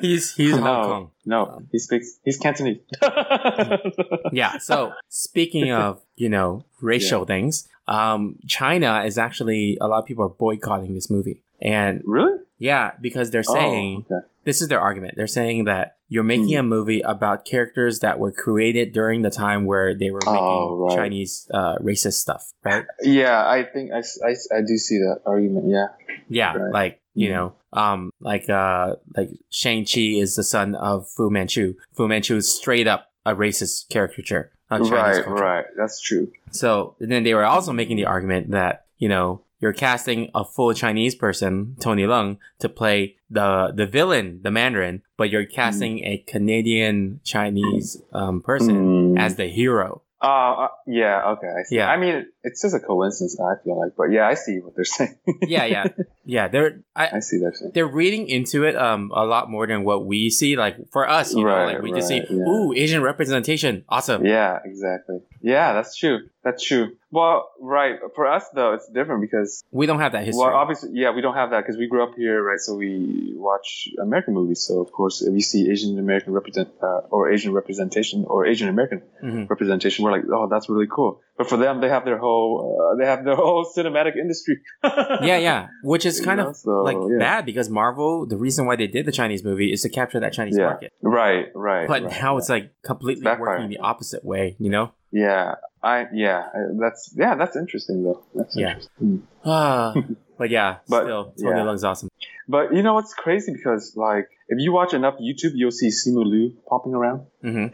he's he's Hong no, Kong. no. Um, he speaks. He's Cantonese. Yeah. So speaking of you know racial things, um, China is actually a lot of people are boycotting this movie, and really? yeah, because they're saying Oh, okay. this is their argument. They're saying that you're making Hmm. a movie about characters that were created during the time where they were making Oh, right. Chinese uh, racist stuff, right? Yeah, I think I, s- I s- I do see that argument. Yeah. Yeah, Right. Hmm. like you know, um, like uh, like Shang Chi is the son of Fu Manchu. Fu Manchu is straight up a racist caricature of Chinese right. culture. Right. That's true. So then they were also making the argument that you know you're casting a full Chinese person, Tony Leung, to play the the villain, the Mandarin, but you're casting a Canadian Chinese um, person Mm. as the hero. Uh, uh, yeah, okay. I see. Yeah. I mean, it's just a coincidence, I feel like. But yeah, I see what they're saying. Yeah, yeah, yeah. They're I, I see what they're saying. they're reading into it um a lot more than what we see. Like for us, you know, Right, like we just see, right, yeah. ooh, Asian representation, awesome. Yeah, exactly. Yeah, that's true. That's true. Well, right. For us, though, it's different because, We don't have that history. well, obviously, yeah, we don't have that because we grew up here, right? So we watch American movies. So, of course, if you see Asian American represent uh, or Asian representation or Asian American Mhm. representation, we're like, oh, that's really cool. But for them, they have their whole, uh, they have their whole cinematic industry. Yeah, yeah. Which is You kind know, of so, like yeah. bad because Marvel, the reason why they did the Chinese movie is to capture that Chinese Yeah. market. Right, right. But right, now it's like completely working backfiring. the opposite way, you know? Yeah, I yeah, I, that's yeah, that's interesting though. That's Yeah. interesting. Mm. Ah, but yeah, But, still, Tony yeah. Leung's awesome. But you know what's crazy because like if you watch enough YouTube, you'll see Simu Liu popping around. hmm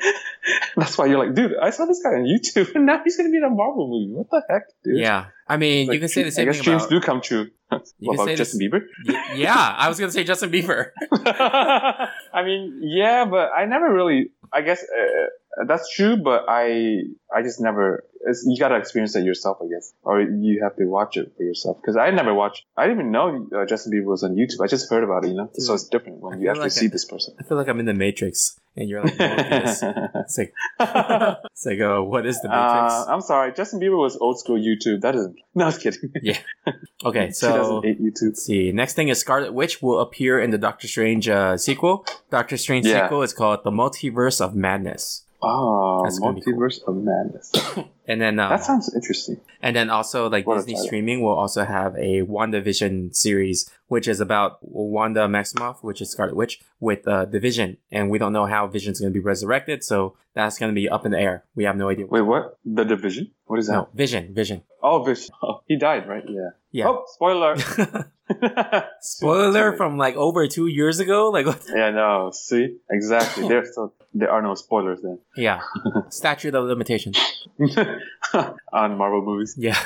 That's why you're like, dude, I saw this guy on YouTube, and now he's gonna be in a Marvel movie. What the heck, dude? Yeah. I mean, Like, you can say the I same guess thing dreams about. do come true. You What can say about Justin Bieber? Bieber? yeah, I was going to say Justin Bieber. I mean, yeah, but I never really. I guess uh, that's true, but I I just never. It's, you gotta experience it yourself, I guess, or you have to watch it for yourself. Because I never watched. I didn't even know uh, Justin Bieber was on YouTube. I just heard about it, you know. So it's different I when feel you actually like see I- this person. I feel like I'm in the Matrix and you're like, Morpheus. it's like, Uh, it's like, oh, what is the Matrix? I'm sorry, Justin Bieber was old school YouTube. That isn't. No, I was kidding. okay, so 2008 YouTube. Let's see. Next thing is Scarlet Witch will appear in the Doctor Strange uh, sequel. Doctor Strange Yeah. sequel is called The Multiverse of Madness. Oh, That's gonna be cool. multiverse of madness. And then, um, That sounds interesting. and then also like What a Disney title. streaming will also have a WandaVision series, which is about Wanda Maximoff, which is Scarlet Witch, with uh, the Vision, and we don't know how Vision's going to be resurrected, so that's going to be up in the air. We have no idea. Wait, what? The division? What is that? No, Vision, Vision. Oh, Vish. Oh, he died, right? Yeah. Yeah. Oh, spoiler. Spoiler from like over two years ago. Like, what? Yeah, no. See, exactly. There's so there are no spoilers then yeah, statute of limitations. on Marvel movies. Yeah.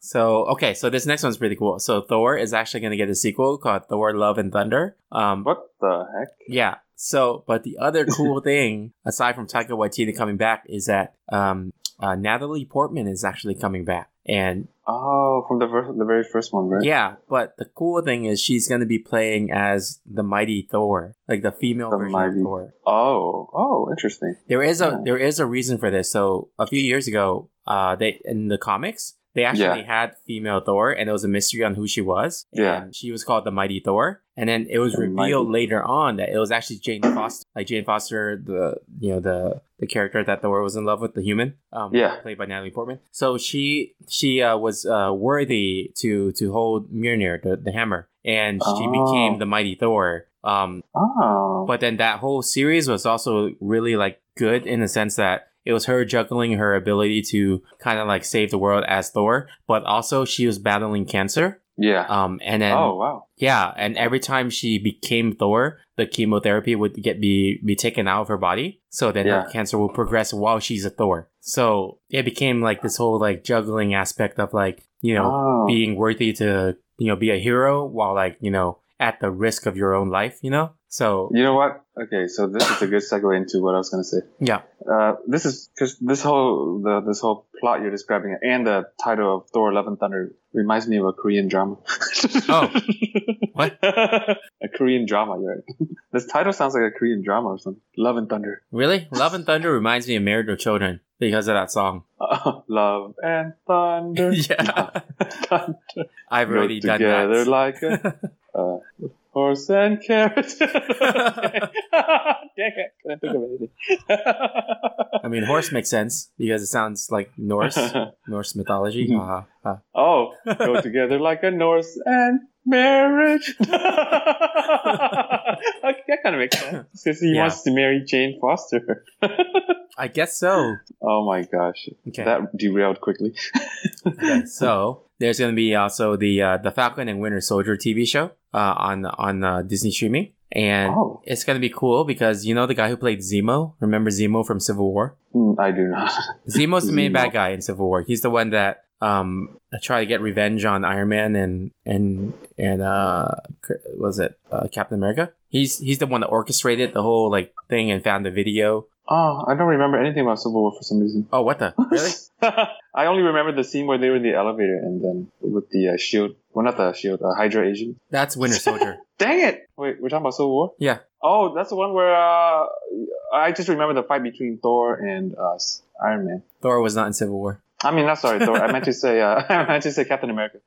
so okay, so this next one's pretty cool. So Thor is actually going to get a sequel called Thor: Love and Thunder. Um, What the heck? yeah. So, but the other cool thing, aside from Taika Waititi coming back, is that um, uh, Natalie Portman is actually coming back, and Oh, from the ver- the very first one, right? yeah. But the cool thing is she's going to be playing as the mighty Thor, like the female The version mighty- of Thor. Oh, oh, interesting. There is a Yeah. there is a reason for this. So a few years ago, uh, they in the comics They actually had female Thor, and it was a mystery on who she was. Yeah. And she was called the Mighty Thor, and then it was The Mighty- revealed later on that it was actually Jane Foster, like Jane Foster, the you know the the character that Thor was in love with, the human, um, Yeah. played by Natalie Portman. So she she uh, was uh, worthy to to hold Mjolnir, the, the hammer, and she Oh. became the Mighty Thor. Um, Oh. but then that whole series was also really like good in the sense that it was her juggling her ability to kind of like save the world as Thor, but also she was battling cancer. yeah. Um, and then oh wow. yeah, and every time she became Thor, the chemotherapy would get be be taken out of her body, so then her Yeah. cancer will progress while she's a Thor. So it became like this whole like juggling aspect of like you know oh. being worthy to you know be a hero while like you know at the risk of your own life, you know. So You know what? Okay, so this is a good segue into what I was going to say. yeah, Uh, this is because this whole the, this whole plot you're describing and the title of Thor: Love and Thunder reminds me of a Korean drama. Oh. What? a Korean drama, you're right? this title sounds like a Korean drama or something. Love and Thunder. really, Love and Thunder reminds me of Married with Children because of that song. Love and Thunder. yeah, Thunder. I've Go already done together that. like a uh, horse and carrot. Dang it! Couldn't think of anything. I mean, horse makes sense because it sounds like Norse. Norse mythology. Mhm. Uh-huh. Uh, Oh, go together like a Norse and marriage. okay, that kind of makes sense. Because he Yeah. wants to marry Jane Foster. I guess so. Oh my gosh. Okay. That derailed quickly. Okay, So there's going to be also the uh, the Falcon and Winter Soldier TV show uh, on on uh, Disney streaming, and Oh. it's going to be cool because you know the guy who played Zemo. Remember Zemo from Civil War? Mm, I do not. Zemo's the main Zemo. bad guy in Civil War. He's the one that um tried to get revenge on Iron Man and and and uh cr- was it uh, Captain America? He's he's the one that orchestrated the whole like thing and found the video. Oh, I don't remember anything about Civil War for some reason. Oh, what the really? I only remember the scene where they were in the elevator and then with the uh, shield. Well, not the shield, uh, Hydra agent. That's Winter Soldier. Dang it! Wait, we're talking about Civil War? Yeah. Oh, that's the one where uh, I just remember the fight between Thor and uh, S- Iron Man. Thor was not in Civil War. I mean, not sorry, Thor. I meant to say, uh, I meant to say Captain America.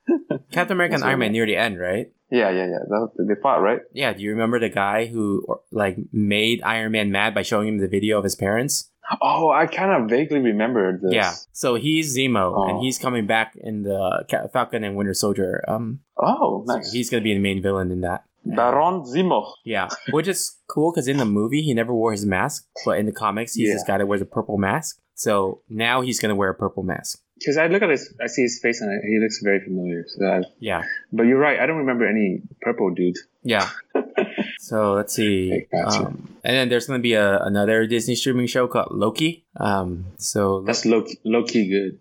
Captain America and That's Iron right. Man near the end, right? Yeah, yeah, yeah. That, they fought, right? Yeah. Do you remember the guy who or- like made Iron Man mad by showing him the video of his parents? Oh, I kind of vaguely remember this. Yeah. So he's Zemo, Oh. and he's coming back in the Ca- Falcon and Winter Soldier. Um, Oh, so nice. he's gonna be the main villain in that. Baron Zemo. Yeah, which is cool because in the movie he never wore his mask, but in the comics he's Yeah. this guy that wears a purple mask. So now he's gonna wear a purple mask. Because I look at his, I see his face and I- he looks very familiar. So I, Yeah. but you're right. I don't remember any purple dude. Yeah. so let's see. I gotcha. Um, and then there's going to be a, another Disney streaming show called Loki. Um, so Lo- That's low, low key good.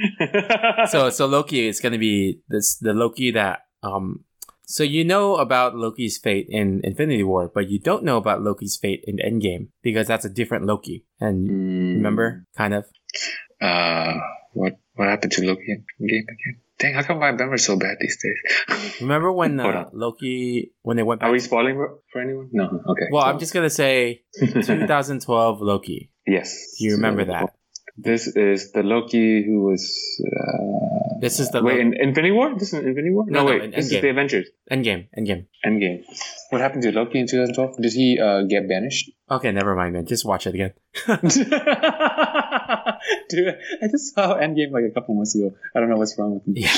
yeah. so so Loki is going to be this the Loki that um. So you know about Loki's fate in Infinity War, but you don't know about Loki's fate in Endgame because that's a different Loki. And remember, Mm. kind of. Hmm. uh, what what happened to Loki in game again? Dang, how come my memory's so bad these days? Remember when Hold uh, on. Loki when they went back? Are we spoiling for- for anyone? No. Okay. well, I'm just gonna say 2012 Loki. yes. Do you remember that? This is the Loki who was. Uh, This is the wait, Loki- in Infinity War? This is Infinity War? No, No, no, wait. in this Endgame. is the Avengers Endgame. Endgame. Endgame. What happened to Loki in 2012? Did he uh, get banished? Okay, never mind, man. Just watch it again. Dude, I just saw Endgame like a couple months ago. I don't know what's wrong with me. Yeah.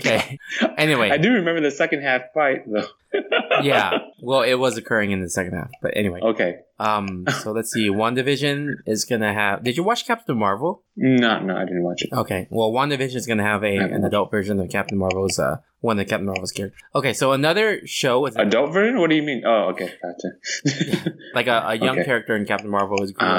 Okay. Anyway. I do remember the second half fight though. yeah. Well, it was occurring in the second half, but anyway. Okay. Um. So let's see. WandaVision is gonna have. Did you watch Captain Marvel? No, no, I didn't watch it. Okay. Well, WandaVision is gonna have a an adult version of Captain Marvel's uh one of Captain Marvel's character. Okay. So another show with Adult version? What do you mean? Oh, okay, gotcha. like a, a young Okay. Uh, character in Captain Marvel is. grew up.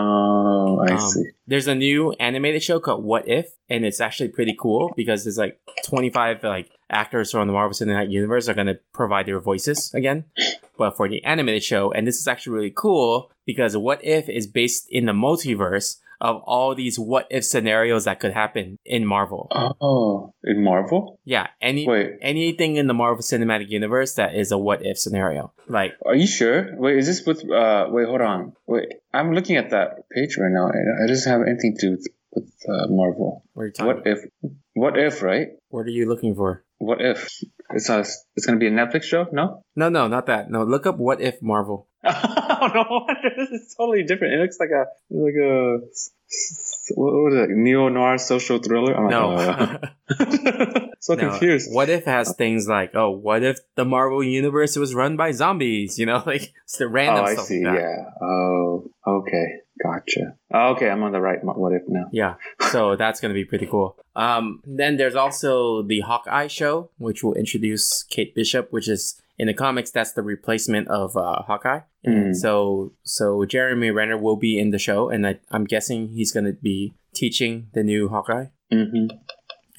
oh, I Um, see. There's a new animated show called What If, and it's actually pretty cool because there's like 25 like actors from the Marvel Cinematic Universe are gonna provide their voices again, but for the animated show. And this is actually really cool because What If is based in the multiverse of all these What If scenarios that could happen in Marvel. Oh, in Marvel? Yeah, any Wait, anything in the Marvel Cinematic Universe that is a What If scenario, like are you sure? Wait, is this with? Uh, wait, hold on. Wait, I'm looking at that page right now, and it doesn't have anything to do with with uh, Marvel. What are you talking What if? What if? Right? What are you looking for? What if? It's a, It's gonna be a Netflix show? No. No, no, not that. No, look up what if Marvel. oh no wonder this is totally different. It looks like a like a what was it? Neo noir social thriller. I'm like, No. uh, so No. confused. What if has things like, oh, what if the Marvel universe was run by zombies? You know, like it's the Oh, random I stuff. see. like that. Yeah. Oh, okay. Gotcha. Oh, Okay, I'm on the right. mo- What if now? Yeah, so that's gonna be pretty cool. Um, then there's also the Hawkeye show, which will introduce Kate Bishop, which is in the comics that's the replacement of uh, Hawkeye. Mm. And so, so Jeremy Renner will be in the show, and I, I'm guessing he's gonna be teaching the new Hawkeye, hmm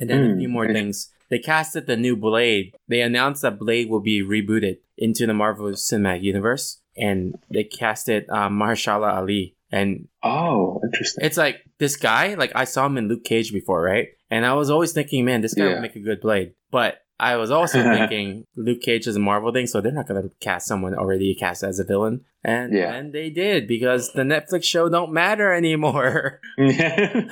and then a Mm. few more things. They casted the new Blade. They announced that Blade will be rebooted into the Marvel Cinematic Universe, and they casted uh, Mahershala Ali. And Oh, interesting. it's like this guy, like I saw him in Luke Cage before, right? And I was always thinking, man, this guy Yeah. would make a good blade. But I was also thinking Luke Cage is a Marvel thing, so they're not gonna cast someone already cast as a villain. And Yeah. and they did because the Netflix show don't matter anymore.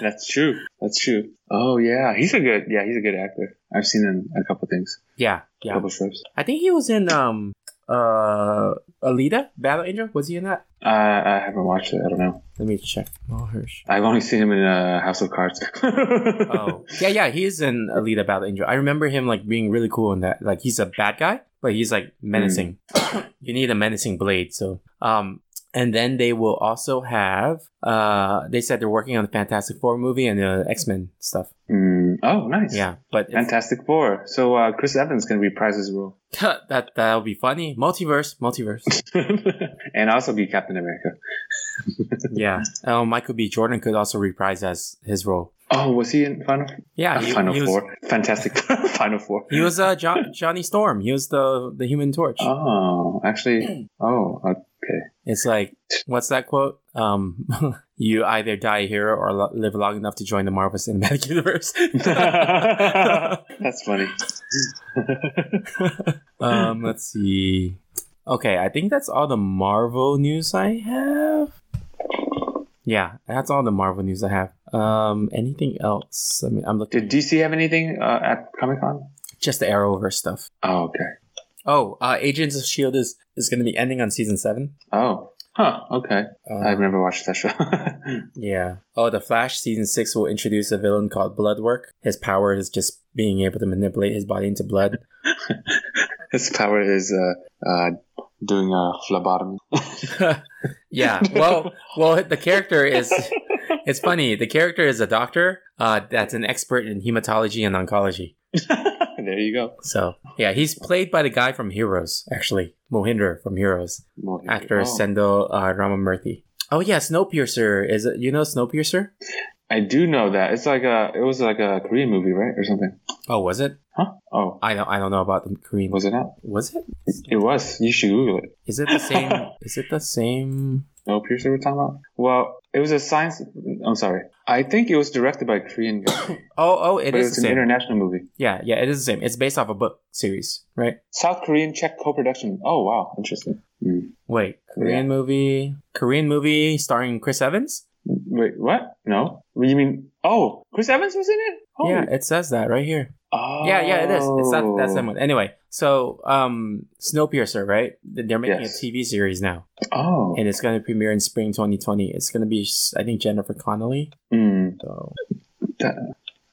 That's true. That's true. Oh yeah, he's a good. Yeah, he's a good actor. I've seen him in a couple things. yeah, A yeah. couple shows. I think he was in um uh Alita, Battle Angel. Was he in that? Uh, I haven't watched it. I don't know. Let me check. Mahersh. I've only seen him in uh, House of Cards. Oh yeah, yeah. He's in Alita Battle Angel. I remember him like being really cool in that. Like he's a bad guy, but he's like menacing. Mm. you need a menacing blade. So um, and then they will also have uh, they said they're working on the Fantastic Four movie and the X Men stuff. Mm, oh, nice. Yeah, but it's- Fantastic Four. So uh, Chris Evans can reprise his role, that that'll be funny. Multiverse, multiverse. and also be Captain America. yeah. Um, Michael B. Jordan could also reprise as his role. Oh, was he in Final? Yeah, Uh, he- Final he was- Four. Fantastic Final Four. He was uh, John, Johnny Storm. He was the the Human Torch. Oh, actually. Oh, okay. It's like what's that quote? Um, you either die a hero or lo- live long enough to join the Marvel Cinematic Universe. uh, That's funny. um, let's see. Okay, I think that's all the Marvel news I have. Yeah, that's all the Marvel news I have. Um, anything else? I mean, I'm looking Did DC have anything uh, at Comic Con? just the Arrowverse stuff. Oh, okay. Oh, uh, Agents of Shield is is going to be ending on season seven. Oh, huh. Okay. Um, I've never watched that show. Yeah. Oh, The Flash season six will introduce a villain called Bloodwork. His power is just being able to manipulate his body into blood. his power is uh, uh, doing a phlebotomy. yeah. Well, well, the character is. It's funny. The character is a doctor uh, that's an expert in hematology and oncology. there you go. So yeah, he's played by the guy from Heroes, actually, Mohinder from Heroes, Well, actor oh. Sendil uh, Ramamurthy. Oh yeah, Snowpiercer is it, you know Snowpiercer? I do know that it's like a it was like a Korean movie, right, or something? Oh, was it? Huh? Oh, I don't I don't know about the Korean. was it not? Was it? It was. You should Google it. Is it the same? is it the same? No, Pierce, we're talking about. Well, it was a science. I'm sorry. I think it was directed by a Korean guy, Oh, oh, but it it is was the an same. international movie. Yeah, yeah, it is the same. It's based off a book series, right? South Korean Czech co-production. Oh wow, interesting. Mm. Wait, Korean Yeah. movie, Korean movie starring Chris Evans. Wait, what? No, What do you mean? Oh, Chris Evans was in it. Oh, Yeah, it says that right here. Oh. Yeah, yeah, it is. It's that that's that one. Anyway, so um, Snowpiercer, right? Th- They're making Yes. a TV series now, Oh, and it's going to premiere in spring 2020. It's going to be, s- I think, Jennifer Connelly. Mm, So that-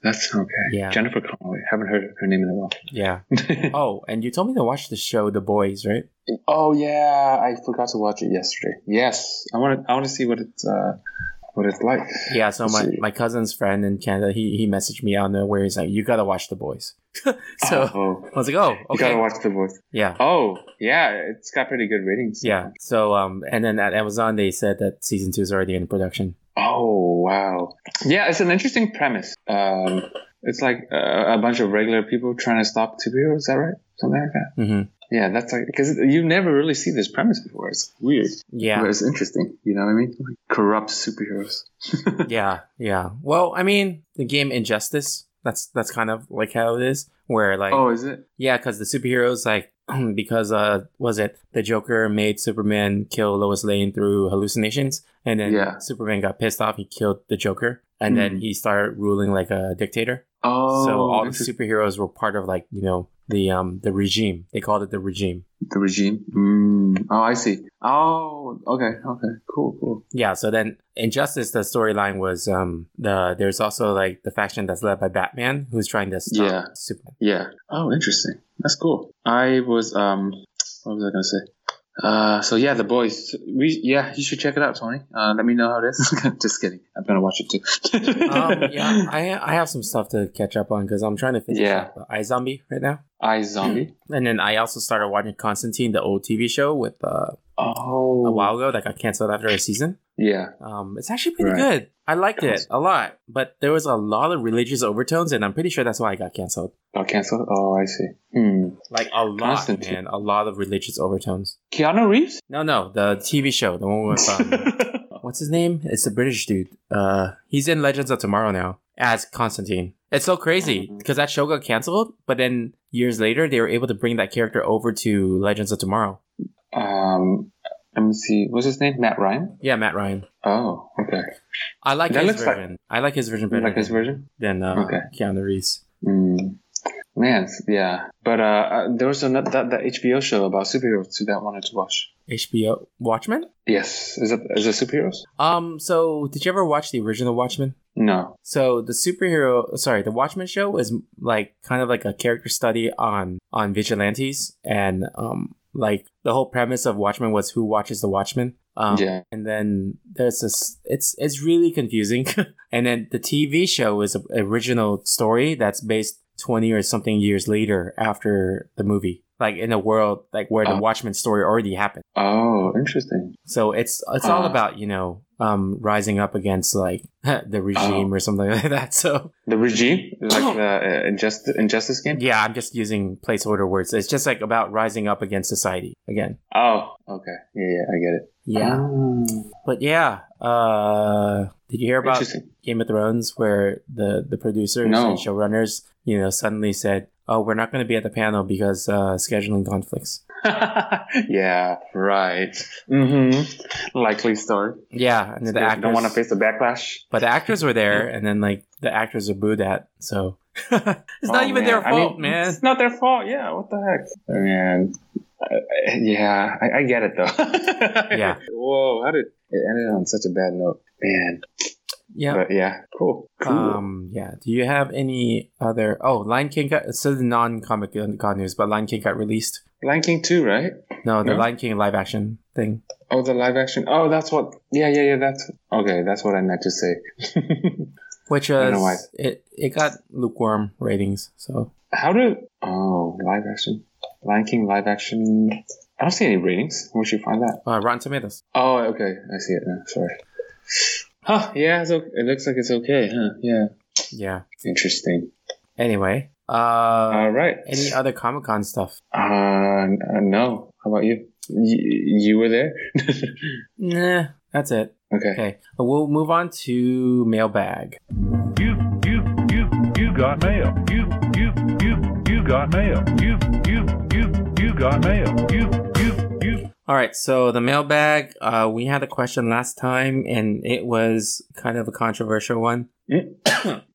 that's okay. Yeah. Jennifer Connelly. Haven't heard her name in a while. yeah. oh, and you told me to watch the show The Boys, right? Oh yeah, I forgot to watch it yesterday. Yes, I want to. I want to see what it's uh, what it's like. Yeah, so my, Let's see. my cousin's friend in Canada, he, he messaged me out of nowhere. He's like, You gotta watch The Boys. so oh, I was like, Oh, you gotta okay. watch the voice. Yeah. Oh yeah, it's got pretty good ratings. Yeah. So um and then at Amazon they said that season two is already in production. Oh wow. Yeah, it's an interesting premise. Um, it's like a, a bunch of regular people trying to stop superheroes. Is that right? Something like that. hmm Yeah, that's like because you never really see this premise before. It's weird, but Yeah. it's interesting. You know what I mean? Like, corrupt superheroes. Yeah. Yeah. Well, I mean, the game Injustice, that's that's kind of like how it is. Where like Oh, is it? yeah, because the superheroes like because uh was it the Joker made Superman kill Lois Lane through hallucinations and then Yeah. Superman got pissed off he killed the Joker and then Hmm. he started ruling like a dictator Oh, so all the interesting. superheroes were part of like you know the um the regime they called it the regime the regime. Mm. Oh, I see. Oh, okay, okay, cool, cool. yeah so then injustice the storyline was um the there's also like the faction that's led by batman who's trying to stop Yeah. superman Yeah. Oh, interesting. That's cool. I was um, what was I gonna say? Uh, so yeah, the boys. We yeah, you should check it out, Tony. Uh, let me know how it is. Just kidding. I'm gonna watch it too. um yeah i i have some stuff to catch up on because i'm trying to finish Yeah. up i zombie right now I Zombie. and then i also started watching constantine the old tv show with uh Oh. a while ago that got canceled after a season Yeah. um it's actually pretty Right. good i liked it a lot but there was a lot of religious overtones and i'm pretty sure that's why it got canceled Oh, canceled. Oh, I see. Hmm. like a lot Constantine. man a lot of religious overtones Keanu Reeves. No, no, the TV show, the one with um, what's his name? It's the British dude. Uh, he's in Legends of Tomorrow now as Constantine. It's so crazy because that show got canceled, but then years later they were able to bring that character over to Legends of Tomorrow. um, let me see. What's his name? Matt Ryan. Yeah, Matt Ryan. Oh, okay. I like That his looks like- version. I like his version You better like his than, version? than uh, Okay. Keanu Reeves. Mm. Man, yeah. But uh, uh, there was another that, that HBO show about superheroes too that I wanted to watch. HBO Watchmen. Yes, is that is it superheroes? Um, so did you ever watch the original Watchmen? No. So the superhero, sorry, the Watchmen show is like kind of like a character study on on vigilantes and um like the whole premise of Watchmen was who watches the Watchmen. Um, Yeah. And then there's this. It's it's really confusing. and then the TV show is an original story that's based twenty or something years later after the movie, like in a world like where the Oh. Watchmen story already happened. Oh, interesting. So it's it's all Uh. about you know um rising up against like the regime or something like that. So. The regime, like the uh, injustice, injustice game. Yeah, I'm just using placeholder words. It's just like about rising up against society again. Oh, okay. Yeah, yeah, I get it. Yeah. Oh, But yeah, uh did you hear about interesting. Game of Thrones where the the producers No. and showrunners, you know, suddenly said, "Oh, we're not going to be at the panel because uh scheduling conflicts." yeah, right. Mm-hmm. Likely story. Yeah, and then the don't actors want to face the backlash. But the actors were there and then like the actors are booed at. So it's not Oh, even man. their I fault, mean, man. It's not their fault. Yeah. What the heck? Man. I- I- yeah, I, I get it though. Yeah. Whoa, how did it ended on such a bad note, man? Yeah. But yeah, cool. Cool. Um, yeah. Do you have any other? Oh, Lion King got. It's is non comic con news, but Lion King got released. Lion King two, right? No, the No? Lion King live action thing. Oh, the live action. Oh, that's what. Yeah, yeah, yeah. That's okay. That's what I meant to say. Which don't know was it, it got lukewarm ratings. So how do? Oh, live action. Lion King live action. I don't see any ratings. Where'd you find that? uh, Rotten Tomatoes. Oh, okay. I see it now. Sorry. Huh? Yeah. It's okay. It looks like it's okay. Huh? Yeah. Yeah. Interesting. Anyway. Uh, All right. any other Comic Con stuff? Uh, n- uh, no. How about you? Y- you were there. Nah, that's it. okay. Okay, we'll move on to mailbag. You, you, you, you got mail. You, you, you, you got mail. You, you, you, you got mail. You, you, you. All right, so the mailbag. Uh, we had a question last time, and it was kind of a controversial one.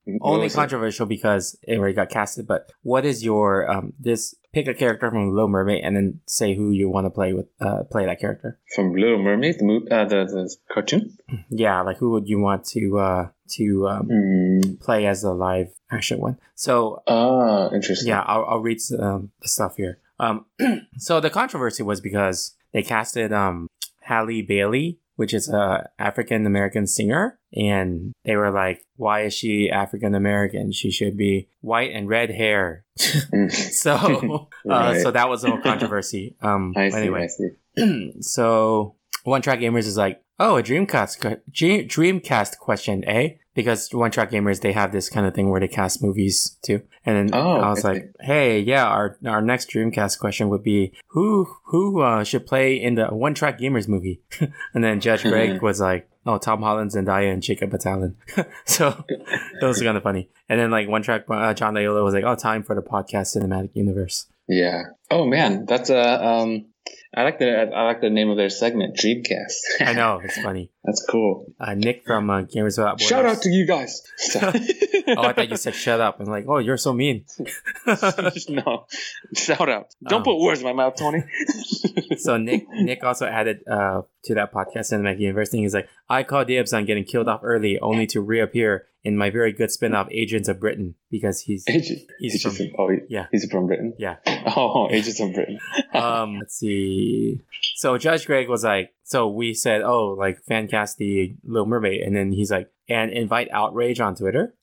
What Only was it? controversial because it already got casted. But what is your um? This pick a character from Little Mermaid, and then say who you want to play with. Uh, play that character. from Little Mermaid, the mo- uh, the, the cartoon. Yeah, like who would you want to uh to um Hmm. play as the live action one? So Ah, interesting. Yeah, I'll, I'll read um, the stuff here. Um, so the controversy was because they casted um, Halle Bailey, which is a African American singer, and they were like, "Why is she African American? She should be white and red hair." Mm. So, uh, Right. so that was a little controversy. Um, I see. I anyway, see. so One Track Gamers is like, "Oh, a Dreamcast que- Dream- Dreamcast question, eh?" Because One Track Gamers they have this kind of thing where they cast movies too. And then Oh, I was I like, "Hey, yeah, our our next Dreamcast question would be who who uh, should play in the One Track Gamers movie?" and then Judge Greg was like, "Oh, Tom Holland, Zendaya, and Jacob Batalon." so those are kind of funny. And then like One Track uh, John Loyola was like, "Oh, time for the podcast cinematic universe." Yeah. Oh man, that's a. Um, I like the I like the name of their segment, Dreamcast. I know it's funny. that's cool. Uh, Nick from uh, Gamers Without Borders. Shout out to you guys. oh, I thought you said shut up. I'm like, oh, you're so mean. no, shout out. Don't Um. put words in my mouth, Tony. so Nick Nick also added uh, to that podcast in the Universe thing. He's like, I call dibs on getting killed off early, only to reappear in my very good spin-off, Agents of Britain, because he's Agent- He's Agent from- oh, yeah. he's from Britain. yeah. Oh, Agents of Britain. Um, let's see. So Judge Greg was like, so we said, oh, like fan cast the Little Mermaid, and then he's like, and invite outrage on Twitter,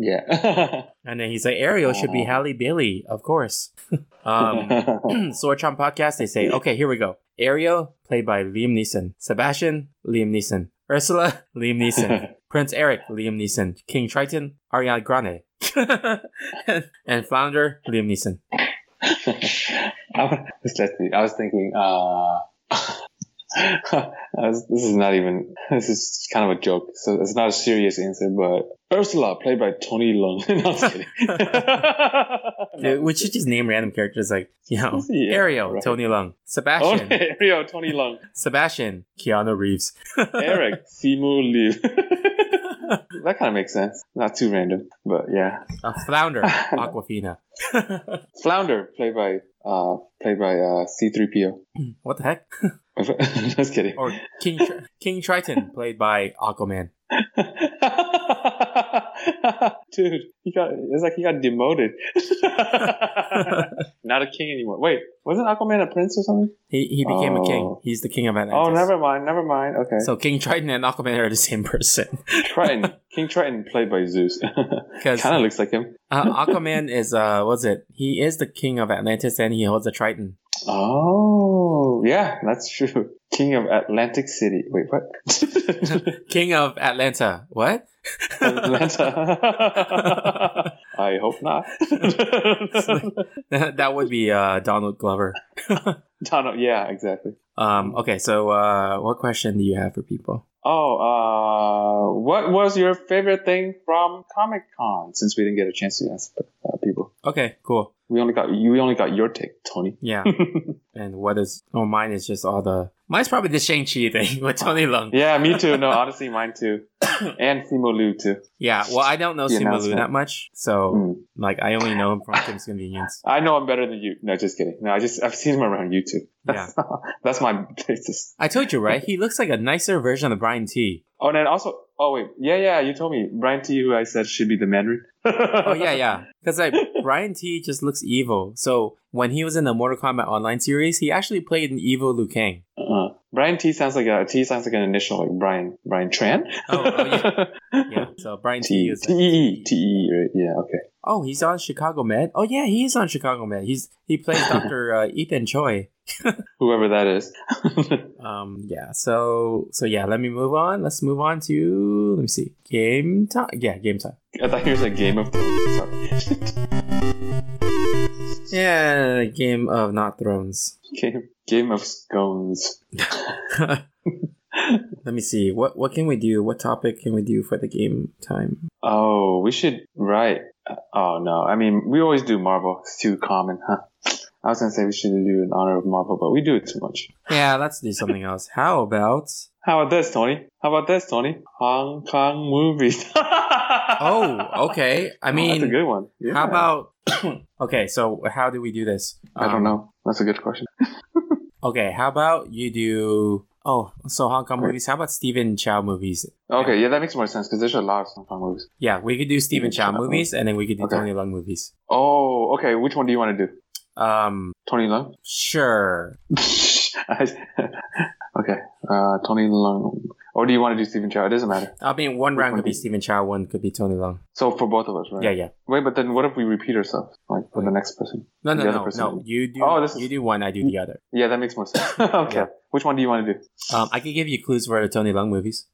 Yeah. and then he's like, Ariel should be Oh. Halle Bailey, of course. um, Sorchon podcast, they say, okay, here we go. Ariel, played by Liam Neeson. Sebastian, Liam Neeson. Ursula, Liam Neeson. Prince Eric, Liam Neeson. King Triton, Ariana Grande. and Flounder, Liam Neeson. I was, let's see. I was thinking, uh, I was- this is not even, this is kind of a joke. So it's not a serious answer, but Ursula, played by Tony Lung. no, I'm just kidding. Dude, we should just name random characters like, you know, Yeah, Ariel, right. Tony Lung. Oh, Sebastian, Ariel, Tony Lung. Sebastian, Keanu Reeves. Eric, Simu Liu. that kind of makes sense. Not too random, but yeah. Uh, Flounder, Aquafina. Flounder, played by, uh, played by, uh, C3PO. What the heck? just kidding. Or King, Tri- King Triton, played by Aquaman. Dude, he got it's like he got demoted. Not a king anymore. Wait, wasn't Aquaman a prince or something? He, he became a king. Oh. He's the king of Atlantis. Oh, never mind, never mind. Okay. So King Triton and Aquaman are the same person Triton, King Triton played by Zeus. kind because of looks like him. uh, Aquaman is uh, what's it? He is the king of Atlantis and he holds a Triton. Oh, yeah, that's true. King of Atlantic City. Wait, what? King of Atlanta. What? Atlanta. I hope not. that would be uh, Donald Glover. Donald, yeah, exactly. Um, okay, so uh, what question do you have for people? Oh, uh, what was your favorite thing from Comic Con? Since we didn't get a chance to ask uh, people, Okay, cool. we only got you. Only got your take, Tony. Yeah. and what is? Oh, mine is just all the. Mine's probably the Shang Chi thing with Tony Leung. Yeah, me too. No, honestly, mine too, and Simo Liu too. Yeah, well, I don't know The Simu Liu announcement. that much, so Mm. like I only know him from Kim's Convenience. I know I'm better than you. No, just kidding. No, I just I've seen him around YouTube. Yeah. That's my basis. I told you, right? He looks like a nicer version of Brian T. Oh, and then also, oh wait, yeah, yeah, you told me Brian T, who I said should be the Mandarin. Oh yeah, yeah. Because like Brian T just looks evil. So when he was in the Mortal Kombat Online series, he actually played an evil Liu Kang. Uh, Brian T sounds like a T sounds like an initial, like Brian Brian Tran. Oh, oh, yeah. Yeah. So Brian T T is. T E T E. right? Yeah. Okay. oh, he's on Chicago Med. Oh yeah, he's on Chicago Med. He's he plays Doctor uh, Ethan Choi. whoever that is. Um. Yeah. So so yeah. Let me move on. Let's move on to let me see. Game time. Yeah. Game time. I thought he was a Game of Thrones. Sorry. Yeah. Game of not thrones. Game, game of Scones. Let me see. What what can we do? What topic can we do for the game time? Oh, we should write. Oh no, I mean we always do Marvel. It's too common, huh? I was gonna say we should do in honor of Marvel, but we do it too much. Yeah. Let's do something else. How about How about this, Tony? How about this, Tony? Hong Kong movies. oh, okay. I mean, that's a good one. Yeah. how about? okay, so how do we do this? I don't Um, know. That's a good question. Okay, how about you do? Oh, so Hong Kong movies. How about Stephen Chow movies? Okay, yeah, that makes more sense because there's a lot of Hong Kong movies. Yeah, we could do Stephen Stephen Chow Chow. movies, and then we could do Okay. Tony Leung movies. Oh, okay. Which one do you want to do? Um, Tony Lung? sure. okay, uh, Tony Lung. Or do you want to do Stephen Chow? It doesn't matter. I mean, one Which round one could be do you- Stephen Chow, one could be Tony Leung. So for both of us, right? Yeah, yeah. Wait, but then what if we repeat ourselves, like for the next person? No, no, The other no, person. no. You do. Oh, this is- you do one. I do the other. Yeah, that makes more sense. okay. Yeah. Which one do you want to do? Um, I can give you clues for the Tony Leung movies.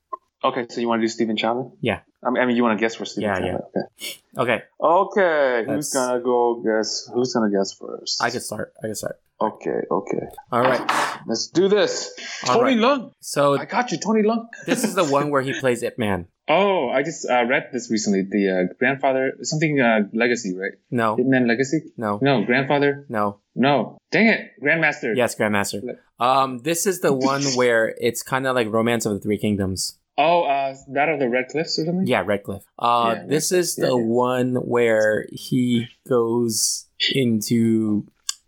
Okay, so you want to do Stephen Chabot? Yeah. I mean, I mean you want to guess for Stephen Yeah, Chabot? yeah. Okay, Okay. Okay, That's- who's gonna go guess? Who's gonna guess first? I can start. I can start. Okay, okay. All right. Let's do this. All Tony right. Lung. So I got you, Tony Lung. this is the one where he plays Ip Man. Oh, I just uh, read this recently. The uh, grandfather, something uh, legacy, right? No, Hitman Legacy? no, No, grandfather. no. No, dang it, grandmaster. Yes, Grandmaster. Um, this is the one where it's kind of like Romance of the Three Kingdoms. Oh, uh, that of the Red Cliffs or something. Yeah, Redcliffe. Uh, Yeah, this is the yeah, yeah. one where he goes into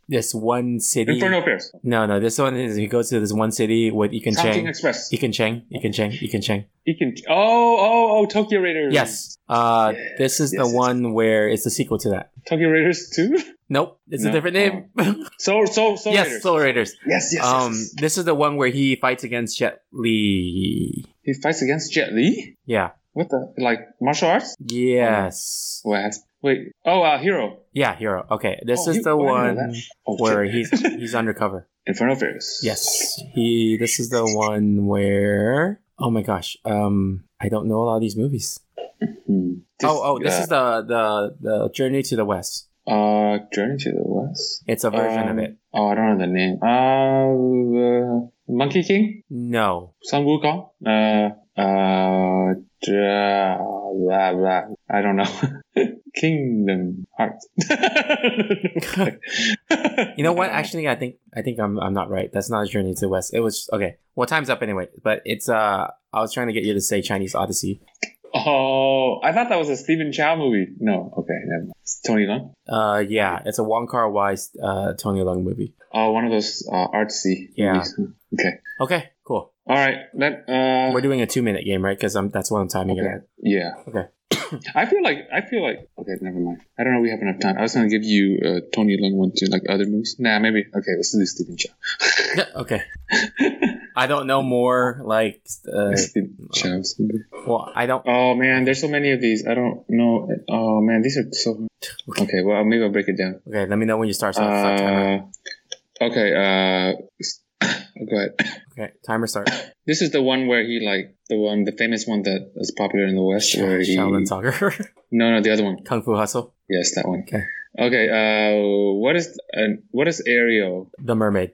this one city. Inferno Affairs. No, no, this one is he goes to this one city with Ikan Chongqing Cheng. Express. Ikan Cheng, Ikan Cheng, Ikan Cheng. Ikin. Oh, oh, oh, Tokyo Raiders. Yes. Uh, Yeah, this is yes, the yes. one where it's the sequel to that. Tokyo Raiders two. Nope, it's a No. Oh. different name. So, so, so. yes, Raiders. Soul Raiders. Yes, yes, yes, Um, yes. this is the one where he fights against Jet Li. He fights against Jet Li. Yeah. What the like martial arts? Yes. What? Wait. Oh, uh, Hero. Yeah, hero. Okay, this Oh, is you- the oh, I one know that. Oh, where shit. he's he's undercover. Inferno Affairs. Yes, he. This is the one where. Oh my gosh. Um, I don't know a lot of these movies. Hmm. oh, oh, this is the the the Journey to the West. uh Journey to the West. It's a version of Um, it. Oh, I don't know the name. Uh, uh Monkey King, No. Sun Wukong. Uh, uh, uh, blah blah. I don't know. Kingdom Hearts. You know what? Actually, I think I think I'm I'm not right. That's not Journey to the West. It was okay. Well, time's up anyway. But it's uh, I was trying to get you to say Chinese Odyssey. Oh, I thought that was a Stephen Chow movie. No, okay, never mind. It's Tony Lung. Uh, yeah, it's a Wong Kar Wai's uh Tony Leung movie. Oh, one of those uh, artsy Yeah. movies. Okay. Okay, cool. All right. Let, uh, We're doing a two minute game, right? Because I'm that's what I'm timing it okay. at. Yeah. Okay. I feel like I feel like okay, never mind. I don't know. We have enough time. I was gonna give you uh, Tony Lung one too, like other movies. Nah, maybe. Okay, let's do Stephen Chow. Yeah, okay. I don't know more. Like, uh, Stephen Chow's movie. well, I don't. Oh man, there's so many of these. I don't know. Oh man, these are so. Okay, well maybe I'll break it down. Okay, let me know when you start. So I'll start timer. Uh, okay. Uh, go ahead. Okay, timer start. This is the one where he like the one, the famous one that is popular in the West. where he, Shaolin Soccer, No, no, the other one. Kung Fu Hustle, Yes, that one. Okay. Okay. Uh, what is uh, what is Ariel? The Mermaid,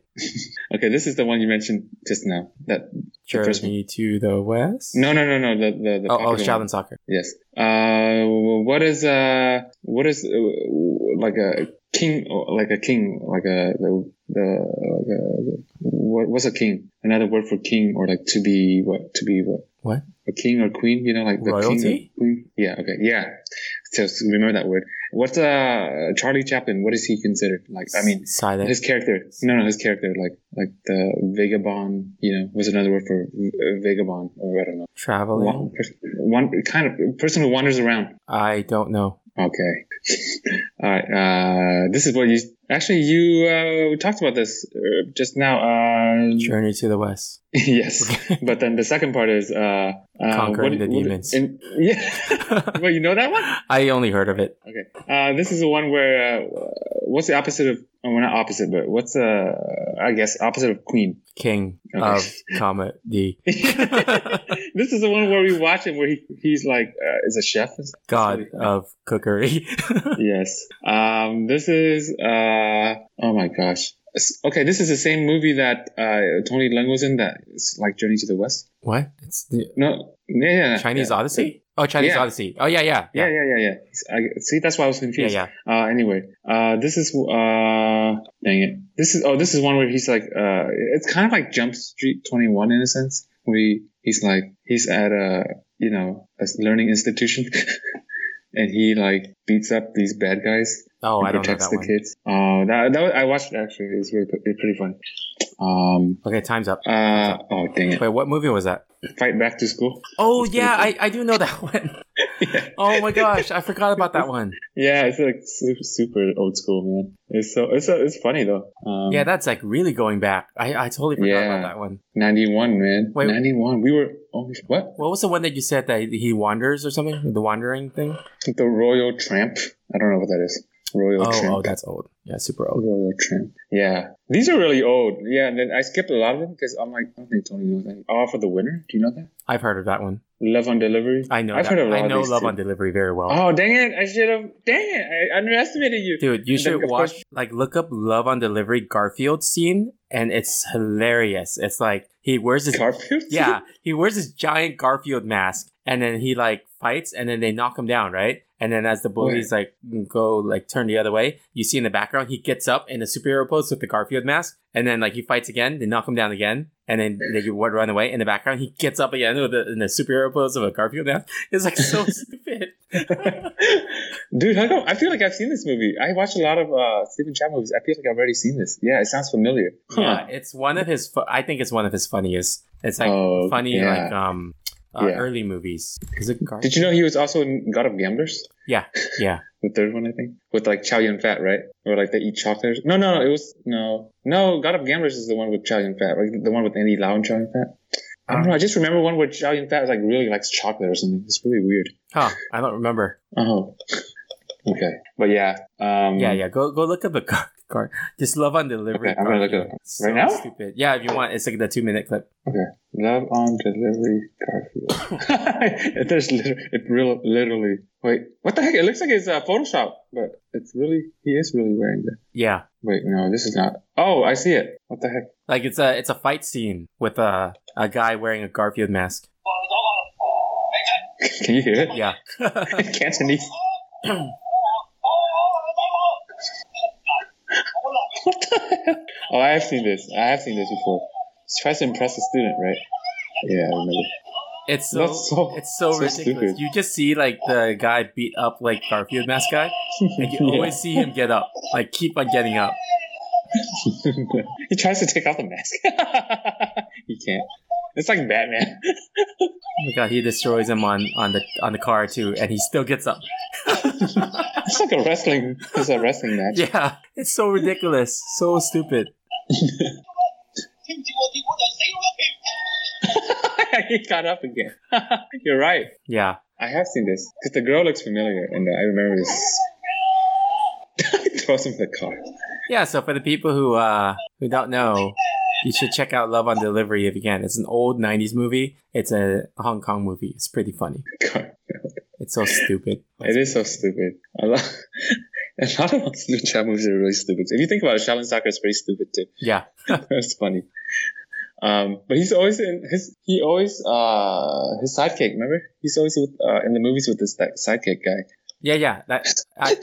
Okay, this is the one you mentioned just now. That first one. Journey to the West. no, no, no, no. The the, the Oh, oh, popular Shaolin one. Soccer. Yes. Uh, what is uh, what is uh, like a king, like a king, like a the, the like a what, what's a king? Another word for king or like to be what? To be what? What? A king or queen? You know, like the king Royalty? or queen. Yeah. Okay. Yeah. So so remember that word. What's uh Charlie Chaplin? What is he considered? Like, I mean, silent. his character. No, no, his character. Like, like the vagabond. You know, what's another word for uh, vagabond? Or I don't know. traveling. One, pers- one kind of person who wanders around. I don't know. Okay. All right. Uh, this is what you actually you uh, talked about this uh, just now. Uh, Journey to the West. yes. But then the second part is uh, uh, Conquering the demons. in- yeah. well, you know that one. I only heard of it. Okay. Uh, this is the one where uh, what's the opposite of? oh, Well, not opposite, but what's uh, I guess opposite of queen. King Okay. of comedy. This is the one where we watch him, where he, he's like uh, is a chef. God of cookery. yes. Um, this is, uh, oh my gosh. S- Okay, this is the same movie that uh, Tony Leung was in that it's like Journey to the West. what? It's the No, yeah, yeah, yeah. Chinese yeah. Odyssey. Oh, Chinese Yeah. Odyssey. Oh yeah, yeah, Yeah, yeah, yeah, yeah, yeah. It's- I, see, that's why I was yeah, confused. yeah. Uh, anyway, uh, this is uh, dang it. This is oh, this is one where he's like, uh, it's kind of like Jump Street Twenty One in a sense. Where he, he's like, he's at a you know a learning institution, and he like beats up these bad guys. Oh, and I don't know protects that the one. kids. Uh, that, that was- I watched it actually. It's really it's pretty fun. Um, Okay, time's up. uh, oh dang it! Wait, what movie was that? Fight back to school. Oh It's yeah, pretty I, I do know that one. Oh my gosh, I forgot about that one. Yeah, it's like super, super old school, man. It's so it's so, it's funny though. Um, Yeah, that's like really going back. I, I totally forgot Yeah. about that one. 91, man. Wait. 91. We were oh what? What was the one that you said that he wanders or something? The wandering thing? The Royal Tramp. I don't know what that is. Royal Oh, Tramp. oh, that's old. Yeah, super old. Royal Tramp. Yeah. These are really old. Yeah, and then I skipped a lot of them because I'm like, I don't think Tony knows that. All for the Winner. Do you know that? I've heard of that one. Love on Delivery. I know. I've that. heard of all I know these Love too. on Delivery very well. Oh dang it! I should have. Dang it! I underestimated you. Dude, you And then, should of watch, course- like, look up Love on Delivery Garfield scene, and it's hilarious. It's like he wears his Garfield. yeah, he wears this giant Garfield mask, and then he like fights, and then they knock him down, right? And then as the bullies like go like turn the other way, you see in the background he gets up in a superhero pose with the Garfield mask, and then like he fights again, they knock him down again, and then they would run away. In the background, he gets up again with the, in the superhero pose of a Garfield mask. It's like so stupid. Dude, how come? I feel like I've seen this movie. I watch a lot of uh, Stephen Chow movies. I feel like I've already seen this. Yeah, it sounds familiar. Yeah, it's one of his. Fu- I think it's one of his funniest. It's like Oh, funny yeah. like um uh, Yeah. early movies. Is it Garfield? Did you know he was also in God of Gamblers? Yeah, yeah. The third one, I think, with like Chow Yun Fat, right? Or like they eat chocolate. No, no, no. It was no, no. God of Gamblers is the one with Chow Yun Fat, like the one with Andy Lau and Chow Yun Fat. I Ah. don't know. I just remember one where Chow Yun Fat like really likes chocolate or something. It's really weird. Huh? I don't remember. Oh, okay. But yeah, um, Yeah, yeah. Go go look up the car. car. Just love on delivery. Okay, I'm gonna Garfield. look it up. So Right now? Stupid. Yeah, if you want, it's like the two minute clip. Love on delivery, Garfield. There's literally, it real, literally. Wait, what the heck? It looks like it's uh, Photoshop, but it's really he is really wearing that. Yeah, Wait, no, this is not. Oh, I see it. What the heck? like it's a it's a fight scene with a a guy wearing a Garfield mask. Can you hear it? Yeah. Cantonese. what the heck? Oh, I have seen this. I have seen this before. She tries to impress a student, right? Yeah, I remember. It's so, That's so- it's so, so ridiculous. stupid. You just see like the guy beat up like Garfield mask guy, and you always see him get up, like keep on getting up. he tries to take off the mask. he can't. It's like Batman. Oh my god, he destroys him on on the on the car too, and he still gets up. It's like a wrestling. It's a wrestling match. Yeah, it's so ridiculous, so stupid. he got up again. You're right. Yeah, I have seen this because the girl looks familiar, and I remember this. Throws him in the car. yeah. So for the people who uh who don't know, you should check out Love on Delivery if you can. It's an old '90s movie. It's a Hong Kong movie. It's pretty funny. car. It's so stupid. It is so stupid. A lot, a lot of Stephen Chow movies are really stupid. If you think about it, Shaolin Soccer is pretty stupid too. Yeah, That's funny. Um, but he's always in his. He always uh his sidekick. Remember, he's always with uh, in the movies with this like, sidekick guy. yeah, yeah. That I,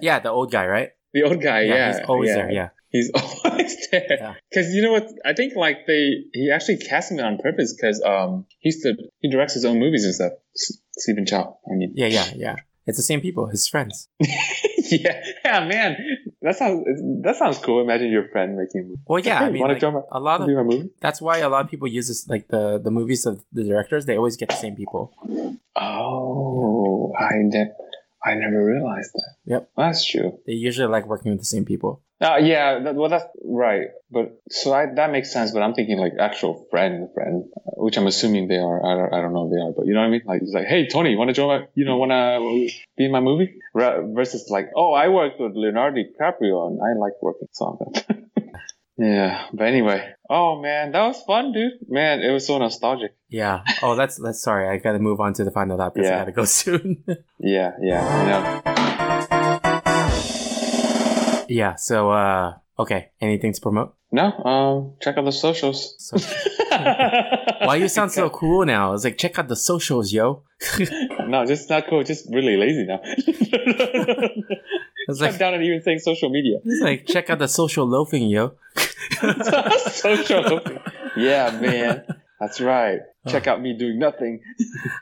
yeah, the old guy, right? The old guy. Uh, Yeah, he's always there. Yeah, He's always Yeah. there. Because you know what? I think like they he actually cast him on purpose because um he's the he directs his own movies and stuff. S- Stephen Chow. I mean, yeah, yeah, yeah. It's the same people, his friends. yeah, yeah, man. That sounds that sounds cool. Imagine your friend making a movie. Well, yeah, I Hey, mean, wanna like, come- a lot of Do my movie? that's why a lot of people use this, like the the movies of the directors. They always get the same people. Oh, I ne- I never realized that. Yep. that's true. They usually like working with the same people. Uh, yeah, that, well, that's right. But so I, that makes sense. But I'm thinking like actual friend, friend, uh, which I'm assuming they are. I don't, I don't know if they are, but you know what I mean. Like it's like, hey, Tony, want to join? My, you know, want to be in my movie? Ra- versus like, oh, I worked with Leonardo DiCaprio and I like working so on that. yeah, but anyway, oh man, that was fun, dude. Man, it was so nostalgic. Yeah. Oh, that's that's sorry. I gotta move on to the final lap because I Yeah. gotta go soon. Yeah, yeah, I know. yeah. So, uh, okay. Anything to promote? No, um, check out the socials. So, why you sound so cool now? It's like check out the socials, yo. No, just not cool. Just really lazy now. It's Step like down and even saying social media. it's like check out the social loafing, yo. social. Yeah, man. That's right. Check out me doing nothing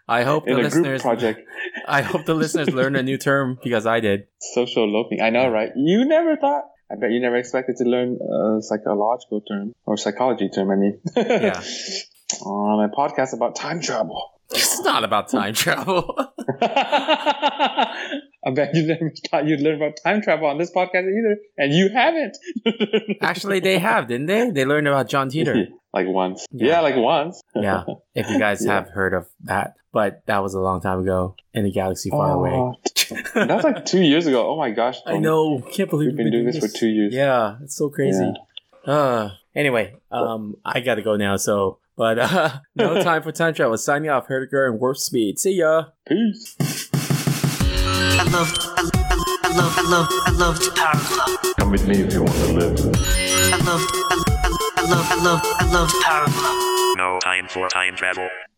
I hope the in a group listeners. project. I hope the listeners learn a new term because I did. Social loafing. I know, right? You never thought. I bet you never expected to learn a psychological term or psychology term. I mean, Yeah. on a podcast about time travel. It's not about time travel. I bet you never thought you'd learn about time travel on this podcast either, and you haven't. Actually, they have, didn't they? They learned about John Teeter. like once. Yeah. Yeah. like once. Yeah. If you guys Yeah. have heard of that, but that was a long time ago in a galaxy far away. Oh, that's like two years ago. Oh my gosh. I know. Can't believe We've been doing this for two years. Yeah, it's so crazy. Uh, anyway, um, I gotta go now. So But uh, no time for time travel. Signing off, Herdiger and Warp Speed. See ya. Peace. I loved, I, I, I loved, I loved, I loved Power Glove. Come with me if you want to live. I loved, I, I, I loved, I loved, I loved Power Glove. No time for time travel.